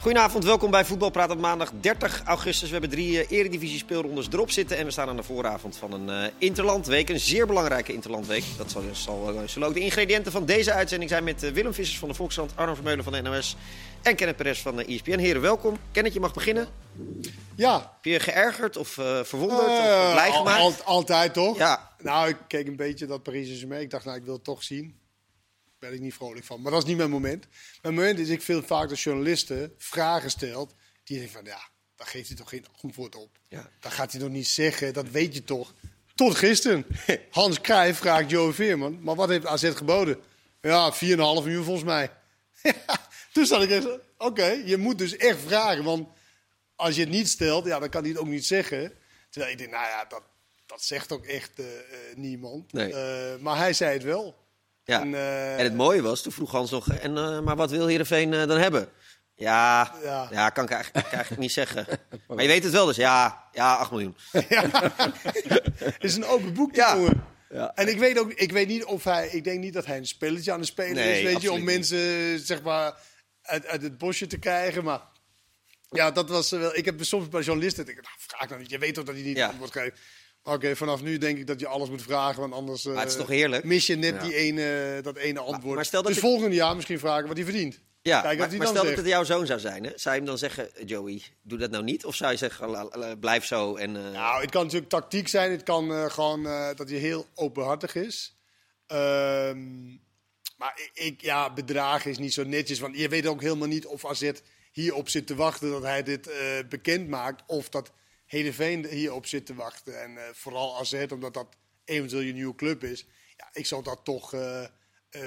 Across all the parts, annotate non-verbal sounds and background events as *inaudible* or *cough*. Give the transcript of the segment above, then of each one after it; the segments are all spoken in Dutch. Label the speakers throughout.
Speaker 1: Goedenavond, welkom bij Voetbal Praat op maandag 30 augustus. We hebben drie eh, eredivisie speelrondes erop zitten en we staan aan de vooravond van een eh, interlandweek. Een zeer belangrijke interlandweek. Dat zal, zal, eh, zullen ook de ingrediënten van deze uitzending zijn met eh, Willem Vissers van de Volkskrant, Arno Vermeulen van de NOS en Kenneth Perez van eh, E de ESPN. Heren, welkom. Kenneth, je mag beginnen.
Speaker 2: Ja.
Speaker 1: Heb je je geërgerd of eh, verwonderd of
Speaker 2: Eh,
Speaker 1: blij
Speaker 2: al-
Speaker 1: gemaakt?
Speaker 2: al- altijd toch?
Speaker 1: Ja.
Speaker 2: Nou, ik keek een beetje dat Paris is mee. Ik dacht, nou, ik wil het toch zien. Daar ben ik niet vrolijk van. Maar dat is niet mijn moment. Mijn moment is, ik vind vaak dat journalisten vragen stelt. Die denken van, ja, daar geeft hij toch geen antwoord op.
Speaker 1: Ja.
Speaker 2: Dat gaat hij toch niet zeggen, dat weet je toch. Tot
Speaker 1: *laughs*
Speaker 2: gisteren. Hans Cruijff vraagt Joe Veerman, maar wat heeft AZ geboden? Ja, 4,5 uur volgens mij. *laughs* Toen zat ik echt, oké, je moet dus echt vragen. Want als je het niet stelt, ja, dan kan hij het ook niet zeggen. Terwijl ik denk, nou ja, dat, dat zegt ook echt eh, eh, niemand.
Speaker 1: Nee.
Speaker 2: Eh, maar hij zei het wel.
Speaker 1: Ja.
Speaker 2: En,
Speaker 1: En,
Speaker 2: eh,
Speaker 1: het mooie was, toen vroeg Hans nog, en, eh, maar wat wil Heerenveen eh, dan hebben? Ja, ja.
Speaker 2: Ja.
Speaker 1: kan ik eigenlijk, kan ik eigenlijk niet
Speaker 2: *laughs*
Speaker 1: zeggen. Maar je weet het wel dus. Ja, ja 8 miljoen.
Speaker 2: Ja. Het *laughs* is een open boek, die
Speaker 1: Ja.
Speaker 2: jongen.
Speaker 1: Ja.
Speaker 2: En ik weet ook, ik weet niet of hij, ik denk niet dat hij een spelletje aan de spelen
Speaker 1: Nee,
Speaker 2: is, weet je, om
Speaker 1: absoluut niet.
Speaker 2: mensen zeg maar uit, uit het bosje te krijgen, maar ja, dat was eh, wel. Ik heb soms bij journalisten denk ik, nou, vraag nou niet, je weet toch dat hij niet
Speaker 1: Ja.
Speaker 2: antwoord geeft. Maar Oké, vanaf nu denk ik dat je alles moet vragen, want anders eh,
Speaker 1: Maar het is toch heerlijk?
Speaker 2: mis je net
Speaker 1: Ja.
Speaker 2: die ene, eh, dat ene antwoord.
Speaker 1: maar stel dat
Speaker 2: dus
Speaker 1: je-
Speaker 2: volgend jaar misschien vragen wat hij verdient.
Speaker 1: Ja, maar,
Speaker 2: Kijk wat hij
Speaker 1: maar
Speaker 2: dan
Speaker 1: stel
Speaker 2: zegt.
Speaker 1: dat het jouw zoon zou zijn, hè? zou je hem dan zeggen, Joey, doe dat nou niet? Of zou je zeggen, la- la- blijf zo en... eh,
Speaker 2: Nou, het kan natuurlijk tactiek zijn. Het kan eh, gewoon eh, dat hij heel openhartig is. Ehm, maar ik- ik, ja, bedragen is niet zo netjes. Want je weet ook helemaal niet of AZ hierop zit te wachten dat hij dit eh, bekend maakt. Of dat Hedeveen hierop zit te wachten. En eh, vooral AZ, omdat dat eventueel je nieuwe club is. Ja, ik zal dat toch eh, eh,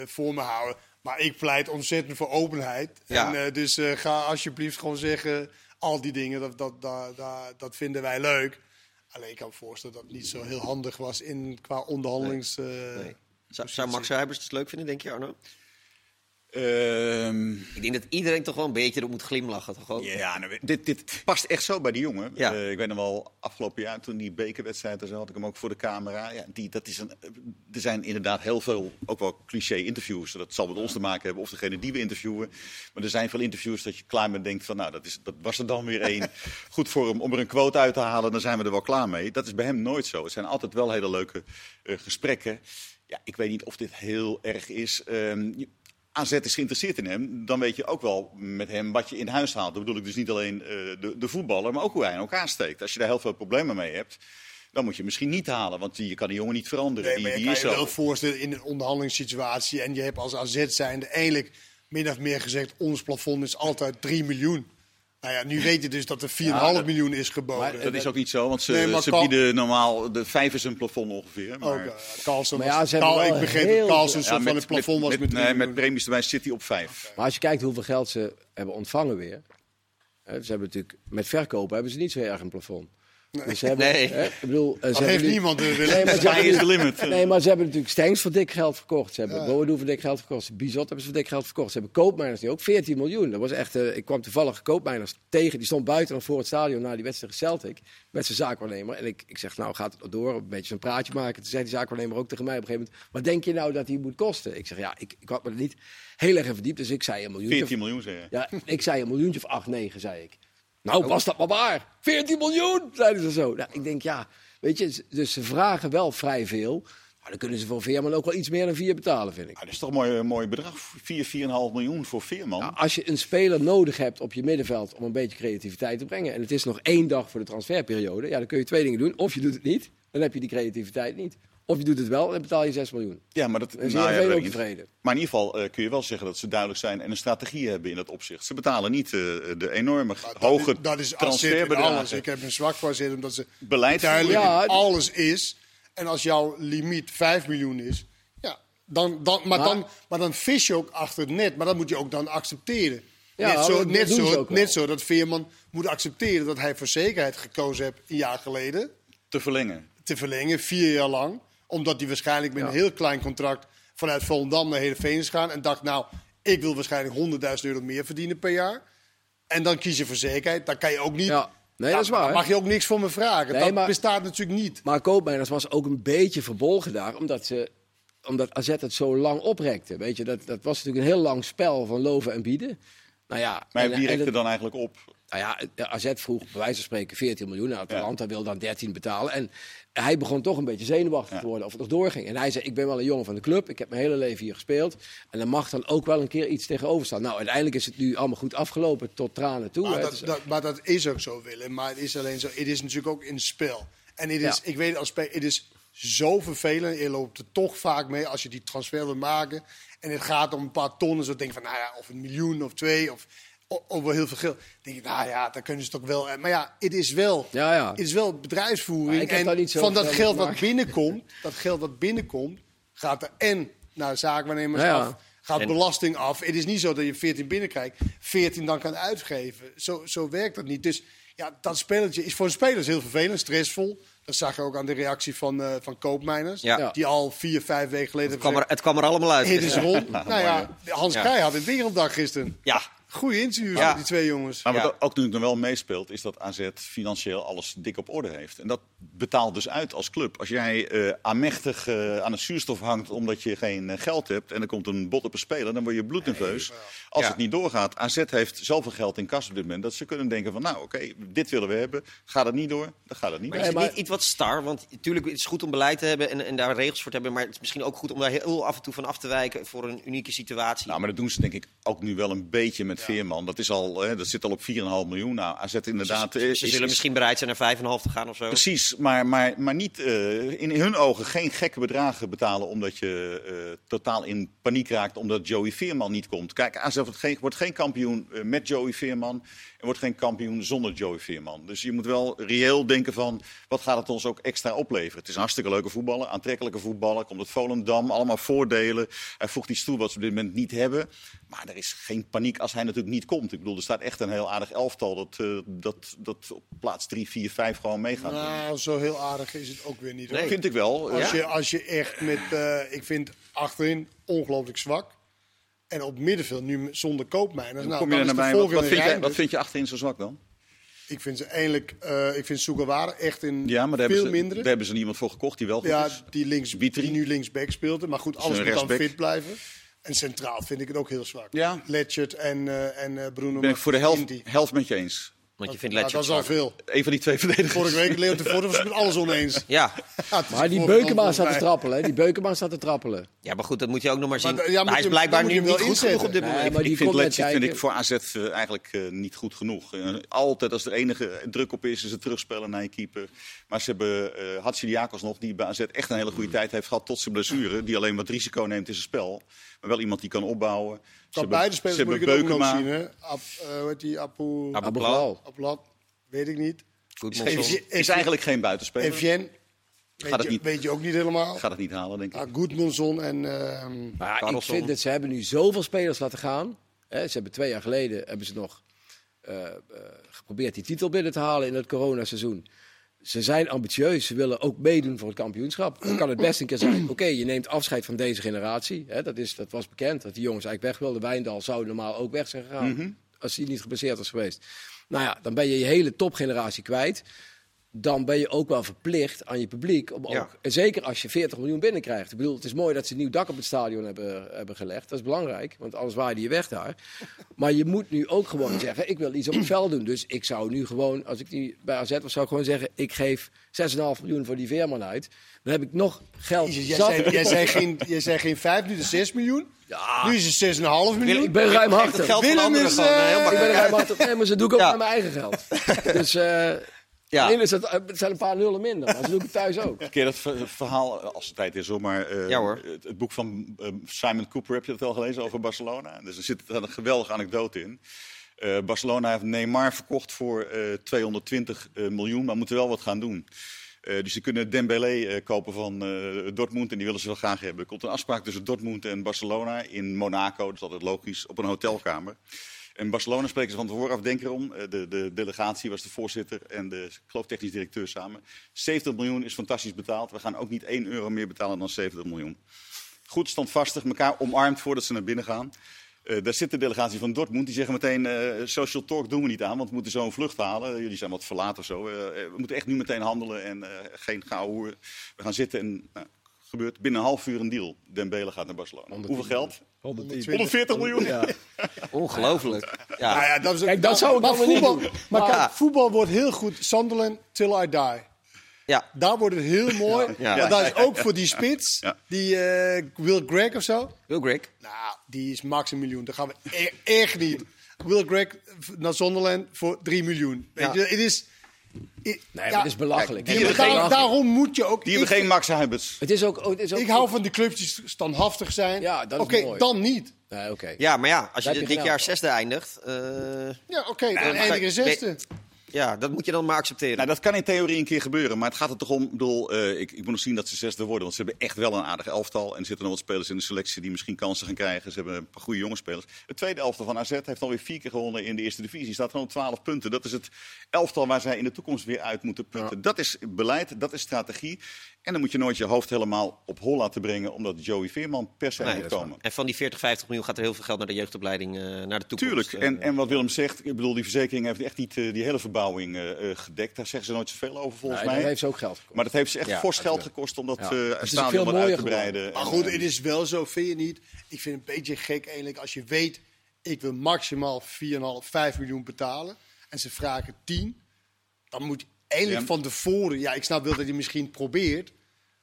Speaker 2: voor me houden. Maar ik pleit ontzettend voor openheid.
Speaker 1: Ja.
Speaker 2: En, eh, eh, dus eh, ga alsjeblieft gewoon zeggen al die dingen. Dat, dat, dat, dat, dat vinden wij leuk. Alleen ik kan me voorstellen dat het niet zo heel handig was in, qua onderhandelings... eh,
Speaker 1: nee. zou, zou Max Huibers het leuk vinden, denk je Arno?
Speaker 3: Ehm,
Speaker 1: Ik denk dat iedereen toch wel een beetje erop moet glimlachen. Toch ook?
Speaker 3: ja, nou, dit, dit past echt zo bij die jongen.
Speaker 1: Ja.
Speaker 3: Eh, ik weet nog wel, afgelopen jaar toen die bekerwedstrijd, er zat, had ik hem ook voor de camera. Ja, die, dat is een, er zijn inderdaad heel veel, ook wel cliché interviews. Dat zal met ons te maken hebben, of degene die we interviewen. Maar er zijn veel interviews dat je klaar bent en denkt van, nou, dat, is, dat was er dan weer één. Goed voor hem om er een quote uit te halen, dan zijn we er wel klaar mee. Dat is bij hem nooit zo. Het zijn altijd wel hele leuke eh, gesprekken. Ja, ik weet niet of dit heel erg is. Ehm, je- AZ is geïnteresseerd in hem, dan weet je ook wel met hem wat je in huis haalt. Dan bedoel ik dus niet alleen eh, de, de voetballer, maar ook hoe hij in elkaar steekt. Als je daar heel veel problemen mee hebt, dan moet je hem misschien niet halen, want die- je kan die jongen niet veranderen.
Speaker 2: Nee,
Speaker 3: die,
Speaker 2: maar je
Speaker 3: die
Speaker 2: kan
Speaker 3: is
Speaker 2: je
Speaker 3: zo.
Speaker 2: wel voorstellen in een onderhandelingssituatie. En je hebt als AZ zijnde eindelijk min of meer gezegd... ons plafond is altijd 3 miljoen. Nou ja, nu weet je dus dat er 4,5
Speaker 3: dat-
Speaker 2: miljoen is geboden.
Speaker 3: Maar dat is ook niet zo, want ze,
Speaker 2: Nee, maar
Speaker 3: ze
Speaker 2: kan-
Speaker 3: bieden normaal de vijf is een plafond ongeveer. Maar,
Speaker 2: Ook, eh, Carlsen
Speaker 4: Maar ja,
Speaker 2: was-
Speaker 4: ze hebben
Speaker 2: Carl-
Speaker 4: wel
Speaker 2: ik begreep
Speaker 4: heel
Speaker 2: dat Carlsen
Speaker 4: veel-
Speaker 2: soort van
Speaker 3: met-
Speaker 2: het plafond was met, 3
Speaker 3: nee, met
Speaker 2: miljoen.
Speaker 3: premies erbij zit hij op vijf.
Speaker 4: Maar als je kijkt hoeveel geld ze hebben ontvangen weer. Hè, ze hebben natuurlijk met verkopen hebben ze niet zo erg een plafond. Dus ze hebben,
Speaker 1: Nee.
Speaker 4: hè, ik bedoel, eh, ze
Speaker 2: Dat
Speaker 4: hebben
Speaker 2: heeft
Speaker 4: nu-
Speaker 2: niemand eh, willen.
Speaker 4: Nee, maar ze
Speaker 3: Sky
Speaker 4: hebben
Speaker 3: Dus is de
Speaker 4: nu-
Speaker 3: limit.
Speaker 4: Nee, maar ze hebben natuurlijk Stengs voor dik geld verkocht. Ze hebben Boadoe voor dik geld verkocht. Bizot hebben ze voor dik geld verkocht. Ze hebben Koopmeiners nu ook 14 miljoen. Dat was echt, eh, ik kwam toevallig Koopmeiners tegen. Die stond buiten en voor het stadion na die wedstrijd tegen Celtic. Met zijn zaakwaarnemer. En ik, ik zeg, nou gaat het door. Een beetje zo'n praatje maken. Toen zei die zaakwaarnemer ook tegen mij op een gegeven moment. Wat denk je nou dat die moet kosten? Ik zeg, ja, ik, ik had me er niet heel erg in verdiept. Dus ik zei een miljoen.
Speaker 3: 14 miljoen zeg je.
Speaker 4: Ja, ik zei een miljoentje of acht, negen, zei ik. Nou, was dat maar waar. 14 miljoen, zeiden ze zo. Nou, ik denk, ja, weet je, z- dus ze vragen wel vrij veel. Maar dan kunnen ze voor Veerman ook wel iets meer dan vier betalen, vind ik.
Speaker 3: Ah, dat is toch een mooi, een mooi bedrag, 4, 4,5 miljoen voor Veerman.
Speaker 4: Nou, als je een speler nodig hebt op je middenveld om een beetje creativiteit te brengen... en het is nog één dag voor de transferperiode... ja, dan kun je twee dingen doen. Of je doet het niet, dan heb je die creativiteit niet. Of je doet het wel, dan betaal je 6 miljoen.
Speaker 3: Ja, maar dat,
Speaker 4: Dan is
Speaker 3: nou ja,
Speaker 4: iedereen
Speaker 3: weet
Speaker 4: ook
Speaker 3: ik niet.
Speaker 4: tevreden.
Speaker 3: Maar in ieder geval eh, kun je wel zeggen dat ze duidelijk zijn en een strategie hebben in dat opzicht. Ze betalen niet eh, de enorme
Speaker 2: Maar dat
Speaker 3: hoge
Speaker 2: is- dat is AZ in alles.
Speaker 3: transferbedragen.
Speaker 2: Ik heb een zwak voor AZ omdat ze
Speaker 3: Beleid-
Speaker 2: duidelijk
Speaker 4: Ja,
Speaker 2: in
Speaker 4: die-
Speaker 2: alles is. En als jouw limiet 5 miljoen is, ja, dan, dan, maar,
Speaker 4: Maar-
Speaker 2: dan, maar dan vis je ook achter het net. Maar dat moet je ook dan accepteren.
Speaker 4: Ja,
Speaker 2: net, zo,
Speaker 4: dat
Speaker 2: net,
Speaker 4: doen ze
Speaker 2: zo,
Speaker 4: ook wel.
Speaker 2: net zo dat Veerman moet accepteren dat hij voor zekerheid gekozen heeft een jaar geleden
Speaker 3: te verlengen.
Speaker 2: te verlengen, vier jaar lang. Omdat hij waarschijnlijk met een heel klein contract vanuit Volendam naar Heerenveen is gaan. En dacht, nou, ik wil waarschijnlijk 100.000 euro meer verdienen per jaar. En dan kies je voor zekerheid. Dan kan je ook niet...
Speaker 4: Ja. Nee, dat is waar,
Speaker 2: Dan
Speaker 4: hè?
Speaker 2: mag je ook niks voor me vragen.
Speaker 4: Nee,
Speaker 2: dat
Speaker 4: maar-
Speaker 2: bestaat natuurlijk niet.
Speaker 4: Maar Koopmeiners was ook een beetje verbolgen daar, omdat, ze, omdat AZ het zo lang oprekte. Weet je, dat, dat was natuurlijk een heel lang spel van loven en bieden. Nou ja,
Speaker 3: Maar
Speaker 4: en-
Speaker 3: wie
Speaker 4: en
Speaker 3: rekte
Speaker 4: dat-
Speaker 3: dan eigenlijk op?
Speaker 4: Nou ja, de AZ vroeg bij wijze van spreken 14 miljoen. Nou, Atalanta wil dan 13 betalen. En hij begon toch een beetje zenuwachtig te worden of het nog doorging. En hij zei, ik ben wel een jongen van de club. Ik heb mijn hele leven hier gespeeld. En er mag dan ook wel een keer iets tegenover staan. Nou, uiteindelijk is het nu allemaal goed afgelopen tot tranen toe. Dus,
Speaker 2: Maar
Speaker 4: Het
Speaker 2: dat,
Speaker 4: is-
Speaker 2: dat- maar dat is ook zo, Willem. Maar het is alleen zo. Het is natuurlijk ook in het spel. En het is,
Speaker 4: Ja.
Speaker 2: ik weet het als spe- het is zo vervelend. Je loopt er toch vaak mee als je die transfer wil maken. En het gaat om een paar tonnen. Zo denk je van, nou ja, of een miljoen of twee. Of, o- of wel heel veel geld. Dan denk je, nou ja, dan kunnen ze toch wel. Maar ja, het is wel,
Speaker 4: Ja, ja.
Speaker 2: Het is wel bedrijfsvoering.
Speaker 4: Maar ik heb daar
Speaker 2: En
Speaker 4: niet zo
Speaker 2: van dat
Speaker 4: veel
Speaker 2: geld
Speaker 4: mee
Speaker 2: wat binnenkomt, dat geld wat binnenkomt, gaat er en naar zaakwaarnemers
Speaker 4: Ja, ja.
Speaker 2: af gaat
Speaker 1: En-
Speaker 2: belasting af. Het is niet zo dat je 14 binnenkrijgt, 14 dan kan uitgeven. Zo, zo werkt dat niet. Dus ja, dat spelletje is voor de spelers heel vervelend, stressvol. Dat zag je ook aan de reactie van, eh, van koopmijners.
Speaker 1: Ja. Ja.
Speaker 2: Die al vier, vijf weken geleden...
Speaker 1: Het kwam er, het kwam er allemaal uit.
Speaker 2: Het is
Speaker 1: *laughs*
Speaker 2: rond. nou ja, Hans
Speaker 1: Ja.
Speaker 2: Krij had een werelddag gisteren.
Speaker 1: Ja.
Speaker 2: Goeie interviews
Speaker 1: Ja.
Speaker 2: met die twee jongens.
Speaker 3: Maar wat
Speaker 1: Ja.
Speaker 3: ook natuurlijk nog wel meespeelt, is dat AZ financieel alles dik op orde heeft. En dat betaalt dus uit als club. Als jij eh aanmächtig eh, aan een zuurstof hangt omdat je geen eh, geld hebt en er komt een bot op een speler, dan word je bloednerveus als
Speaker 1: Ja.
Speaker 3: het niet doorgaat. AZ heeft zoveel geld in kas op dit moment dat ze kunnen denken van nou oké, dit willen we hebben. Gaat het niet door, dan gaat het niet
Speaker 1: Maar is
Speaker 3: door.
Speaker 1: het
Speaker 4: Nee, maar-
Speaker 1: niet iets wat star? Want natuurlijk het is goed om beleid te hebben en, en daar regels voor te hebben. Maar het is misschien ook goed om daar heel af en toe van af te wijken voor een unieke situatie.
Speaker 3: Nou, maar dat doen ze denk ik ook nu wel een beetje met Veerman. Dat, is al, eh, dat zit al op 4,5 miljoen. Nou, AZ inderdaad... eh,
Speaker 1: ze, ze
Speaker 3: is-
Speaker 1: zullen
Speaker 3: is-
Speaker 1: misschien bereid zijn naar 5,5 te gaan of zo.
Speaker 3: Precies, maar, maar, maar niet eh, in hun ogen geen gekke bedragen betalen omdat je eh, totaal in paniek raakt omdat Joey Veerman niet komt. Kijk, AZ wordt geen, wordt geen kampioen eh, met Joey Veerman en wordt geen kampioen zonder Joey Veerman. Dus je moet wel reëel denken van wat gaat het ons ook extra opleveren. Het is een hartstikke leuke voetballer, aantrekkelijke voetballer, komt uit Volendam, allemaal voordelen. Hij voegt iets toe wat ze op dit moment niet hebben. Maar er is geen paniek als hij natuurlijk niet komt. Ik bedoel, er staat echt een heel aardig elftal dat, eh, dat, dat op plaats 3, 4, 5 gewoon meegaat.
Speaker 2: Nou, zo heel aardig is het ook weer niet. hoor.
Speaker 1: Nee.
Speaker 3: Vind ik wel.
Speaker 2: Als,
Speaker 3: Ja.
Speaker 2: je, als je echt met, eh, ik vind achterin ongelooflijk zwak. En op middenveld nu zonder koopmijners. Nou,
Speaker 3: Kom je
Speaker 2: dan
Speaker 3: er
Speaker 2: is
Speaker 3: naar
Speaker 2: de
Speaker 3: mij? Wat, wat,
Speaker 2: volgende
Speaker 3: vind je,
Speaker 2: Reinders.
Speaker 3: wat vind je achterin zo zwak dan?
Speaker 2: Ik vind ze eigenlijk, eh, ik vind Sugawara echt in
Speaker 3: Ja, maar daar
Speaker 2: veel
Speaker 3: hebben, ze,
Speaker 2: minder.
Speaker 3: daar hebben ze dus niemand voor gekocht die wel goed
Speaker 2: Ja,
Speaker 3: is.
Speaker 2: die, links,
Speaker 3: Witry.
Speaker 2: die nu linksback speelde. Maar goed, alles
Speaker 3: een
Speaker 2: moet dan
Speaker 3: rechtsback.
Speaker 2: fit blijven. En centraal vind ik het ook heel zwak.
Speaker 3: Ja.
Speaker 2: Letchert en, eh, en eh, Bruno.
Speaker 3: Ben ik voor de helft,
Speaker 2: Martins.
Speaker 3: helft met je eens.
Speaker 1: Want je vindt
Speaker 2: Nou, dat
Speaker 1: Letchert
Speaker 2: is al
Speaker 1: zwak.
Speaker 2: veel.
Speaker 3: Een van die twee verdedigers.
Speaker 2: Vorige week, Leo de Voorde, was ik met alles
Speaker 1: *laughs*
Speaker 2: oneens.
Speaker 1: Ja.
Speaker 2: Ja, het is
Speaker 4: Maar die
Speaker 2: vorige
Speaker 4: Beukema
Speaker 2: kant
Speaker 4: staat te
Speaker 2: volgens
Speaker 4: trappelen. hè. Die Beukema staat te trappelen.
Speaker 1: ja, maar goed, dat moet je ook nog maar zien.
Speaker 2: Maar, ja, moet
Speaker 1: hij is
Speaker 2: je-
Speaker 1: blijkbaar
Speaker 2: dan moet
Speaker 1: nu
Speaker 2: je
Speaker 1: niet
Speaker 2: hem
Speaker 1: goed
Speaker 2: wel
Speaker 1: genoeg op dit
Speaker 2: inzetten.
Speaker 1: moment.
Speaker 4: Nee, maar die
Speaker 3: ik vind
Speaker 4: komt met
Speaker 3: Letje vind ik
Speaker 4: kijken.
Speaker 3: voor AZ eh, eigenlijk eh, niet goed genoeg. Eh, altijd als er enige druk op is, is het terugspelen naar je keeper. Maar ze hebben eh Hatsiliakos nog, die bij AZ echt een hele goede
Speaker 2: Mm.
Speaker 3: tijd heeft gehad tot zijn blessure. Die alleen wat risico neemt in zijn spel. Maar wel iemand die kan opbouwen. Ze
Speaker 2: Kan
Speaker 3: hebben-
Speaker 2: beide spelers
Speaker 3: ze
Speaker 2: moet ik het
Speaker 3: hebben
Speaker 2: ook nog
Speaker 3: Beukema.
Speaker 2: zien. Hè? Ab, eh, hoe heet die? Apu...
Speaker 1: Abu-
Speaker 4: Abu
Speaker 1: Klal.
Speaker 4: Klal.
Speaker 2: Abulad? Weet ik niet.
Speaker 1: Goed,
Speaker 2: Is-
Speaker 1: Monson.
Speaker 3: Is eigenlijk geen buitenspeler.
Speaker 2: Evian? Weet,
Speaker 3: het
Speaker 2: je-
Speaker 3: niet.
Speaker 2: weet je ook niet helemaal.
Speaker 3: Gaat het niet halen, denk ik.
Speaker 2: Ja, Goedmonson en... ehm,
Speaker 4: Maar ik
Speaker 1: Karlsson.
Speaker 4: vind dat ze hebben nu zoveel spelers laten gaan. Hè, ze hebben twee jaar geleden hebben ze nog eh, eh, geprobeerd die titel binnen te halen in het coronaseizoen. Ze zijn ambitieus, ze willen ook meedoen voor het kampioenschap. Dan kan het best een keer zijn, *clears throat* oké, je neemt afscheid van deze generatie. Hè, dat, is, dat was bekend, dat die jongens eigenlijk weg wilden. Wijndal zou normaal ook weg zijn gegaan, als hij niet geblesseerd was geweest. Nou ja, dan ben je je hele topgeneratie kwijt. Dan ben je ook wel verplicht aan je publiek om ook
Speaker 1: Ja.
Speaker 4: en zeker als je 40 miljoen binnenkrijgt. Ik bedoel, het is mooi dat ze een nieuw dak op het stadion hebben, hebben gelegd. Dat is belangrijk, want anders waaide je weg daar. Maar je moet nu ook
Speaker 2: *clears throat*
Speaker 4: gewoon zeggen, ik wil iets op het veld doen. Dus ik zou nu gewoon, als ik die bij AZ was, zou ik gewoon zeggen... ik geef 6,5 miljoen voor die Veerman uit. Dan heb ik nog geld
Speaker 2: Jezus, jij,
Speaker 4: zat.
Speaker 2: zei, jij, zei geen, jij zei geen 5, nu de 6 miljoen. Nu is het 6,5 miljoen.
Speaker 4: ik ben
Speaker 1: Echt het
Speaker 4: ruimhartig.
Speaker 1: geld van
Speaker 2: Willem
Speaker 1: anderen
Speaker 2: is,
Speaker 1: gewoon, eh, heel
Speaker 2: eh,
Speaker 4: Ik ben
Speaker 1: makkelijk.
Speaker 2: *laughs*
Speaker 4: ruimhartig. Nee, maar ze doe ik ook
Speaker 1: Ja.
Speaker 4: met mijn eigen geld. Dus eh
Speaker 1: Ja.
Speaker 4: alleen is dat, eh, het zijn een paar nullen minder. Maar ze doe ik het thuis ook.
Speaker 3: Ken je dat ver- verhaal, eh, als de tijd is hoor, maar eh,
Speaker 1: Ja, hoor.
Speaker 3: Het, het boek van eh, Simon Cooper, heb je dat wel gelezen over Barcelona? Dus er zit een geweldige anekdote in. Eh, Barcelona heeft Neymar verkocht voor eh, 220 eh, miljoen, maar moeten wel wat gaan doen. Eh, dus ze kunnen Dembélé eh, kopen van eh, Dortmund en die willen ze wel graag hebben. Er komt een afspraak tussen Dortmund en Barcelona in Monaco, dus dat is altijd logisch, op een hotelkamer. En Barcelona spreken ze van tevoren af, denk erom. Eh, De, de delegatie was de voorzitter en de ik geloof technisch directeur samen. 70 miljoen is fantastisch betaald. We gaan ook niet 1 euro meer betalen dan 70 miljoen. Goed standvastig, elkaar omarmd voordat ze naar binnen gaan. Eh, daar zit de delegatie van Dortmund. Die zeggen meteen, eh, social talk doen we niet aan, want we moeten zo'n vlucht halen. Jullie zijn wat eh, verlaat of zo. Eh, eh, we moeten echt nu meteen handelen en eh, geen gehouden. We gaan zitten en nou, gebeurt binnen een half uur een deal. Dembele gaat naar Barcelona. Hoeveel geld?
Speaker 5: 110.
Speaker 3: 140 miljoen. *laughs* Ah
Speaker 5: Ja.
Speaker 1: Ongelooflijk. Ja.
Speaker 2: Nou ja, dat is ook-
Speaker 4: Kijk, dat zou ik
Speaker 2: maar
Speaker 4: allemaal niet
Speaker 2: voetbal,
Speaker 4: doen.
Speaker 2: Maar
Speaker 1: Maar-
Speaker 2: kijk, voetbal wordt heel goed. Sunderland, till I die.
Speaker 1: ja.
Speaker 2: Daar wordt het heel mooi.
Speaker 1: Ja.
Speaker 2: Want dat is ook voor die spits,
Speaker 3: Ja.
Speaker 2: die eh, Will Gregg of zo.
Speaker 1: Wil Greg.
Speaker 2: Nou, die is max een miljoen. Dat gaan we e- echt niet. Will Gregg v- naar Sunderland voor 3 miljoen. Weet
Speaker 1: Ja.
Speaker 2: je, het is... Nee,
Speaker 4: maar het is belachelijk.
Speaker 3: die hebben geen-
Speaker 2: daarom moet je ook...
Speaker 3: Die hebben
Speaker 2: ik-
Speaker 3: geen Max Huibers.
Speaker 4: Het is ook... oh, Het is ook
Speaker 2: Ik hou van de clubs die standhaftig zijn.
Speaker 4: Ja, dat is
Speaker 2: Oké,
Speaker 4: mooi.
Speaker 2: dan niet.
Speaker 4: Nee, oké.
Speaker 1: Ja, maar ja, als je
Speaker 4: Daar heb je
Speaker 1: dit
Speaker 4: geld
Speaker 1: jaar
Speaker 4: voor.
Speaker 1: zesde eindigt, eh,
Speaker 2: Ja, oké, dan
Speaker 1: maar
Speaker 2: eindig
Speaker 1: kijk,
Speaker 2: je zesde.
Speaker 1: ja, dat moet je dan maar accepteren.
Speaker 3: Nou, dat kan in theorie een keer gebeuren. Maar het gaat er toch om. ik Bedoel, eh, ik, ik moet nog zien dat ze zesde worden. Want ze hebben echt wel een aardig elftal. En er zitten nog wat spelers in de selectie die misschien kansen gaan krijgen. Ze hebben een paar goede jonge spelers. Het tweede elftal van AZ heeft alweer vier keer gewonnen in de eerste divisie. Staat gewoon op 12 punten. Dat is het elftal waar zij in de toekomst weer uit moeten putten. Dat is beleid, dat is strategie. En dan moet je nooit je hoofd helemaal op hol laten brengen. Omdat Joey Veerman per se
Speaker 1: Nee,
Speaker 3: moet
Speaker 1: dat is
Speaker 3: komen.
Speaker 1: waar. En van die 40, 50 miljoen gaat er heel veel geld naar de jeugdopleiding, eh, naar de toekomst.
Speaker 3: Tuurlijk.
Speaker 1: Eh,
Speaker 3: En, en wat Willem zegt, ik bedoel, die verzekering heeft echt niet eh, die hele verbouwing eh, eh, gedekt. Daar zeggen ze nooit zoveel over, volgens
Speaker 4: Nee, dat
Speaker 3: mij.
Speaker 4: heeft ze ook geld gekost.
Speaker 3: Maar dat heeft ze echt
Speaker 4: Ja,
Speaker 3: fors geld
Speaker 4: natuurlijk.
Speaker 3: gekost om dat
Speaker 4: Ja.
Speaker 3: eh,
Speaker 4: Het is ook
Speaker 3: stadion
Speaker 4: veel
Speaker 3: wat
Speaker 4: mooier
Speaker 3: uit te breiden.
Speaker 2: Maar
Speaker 3: En,
Speaker 2: goed,
Speaker 3: eh,
Speaker 2: het is wel zo, vind je niet? Ik vind het een beetje gek eigenlijk als je weet, ik wil maximaal 4,5, 5 miljoen betalen. En ze vragen 10. Dan moet je eindelijk
Speaker 3: Ja.
Speaker 2: van tevoren, ja, ik snap wel dat je misschien probeert.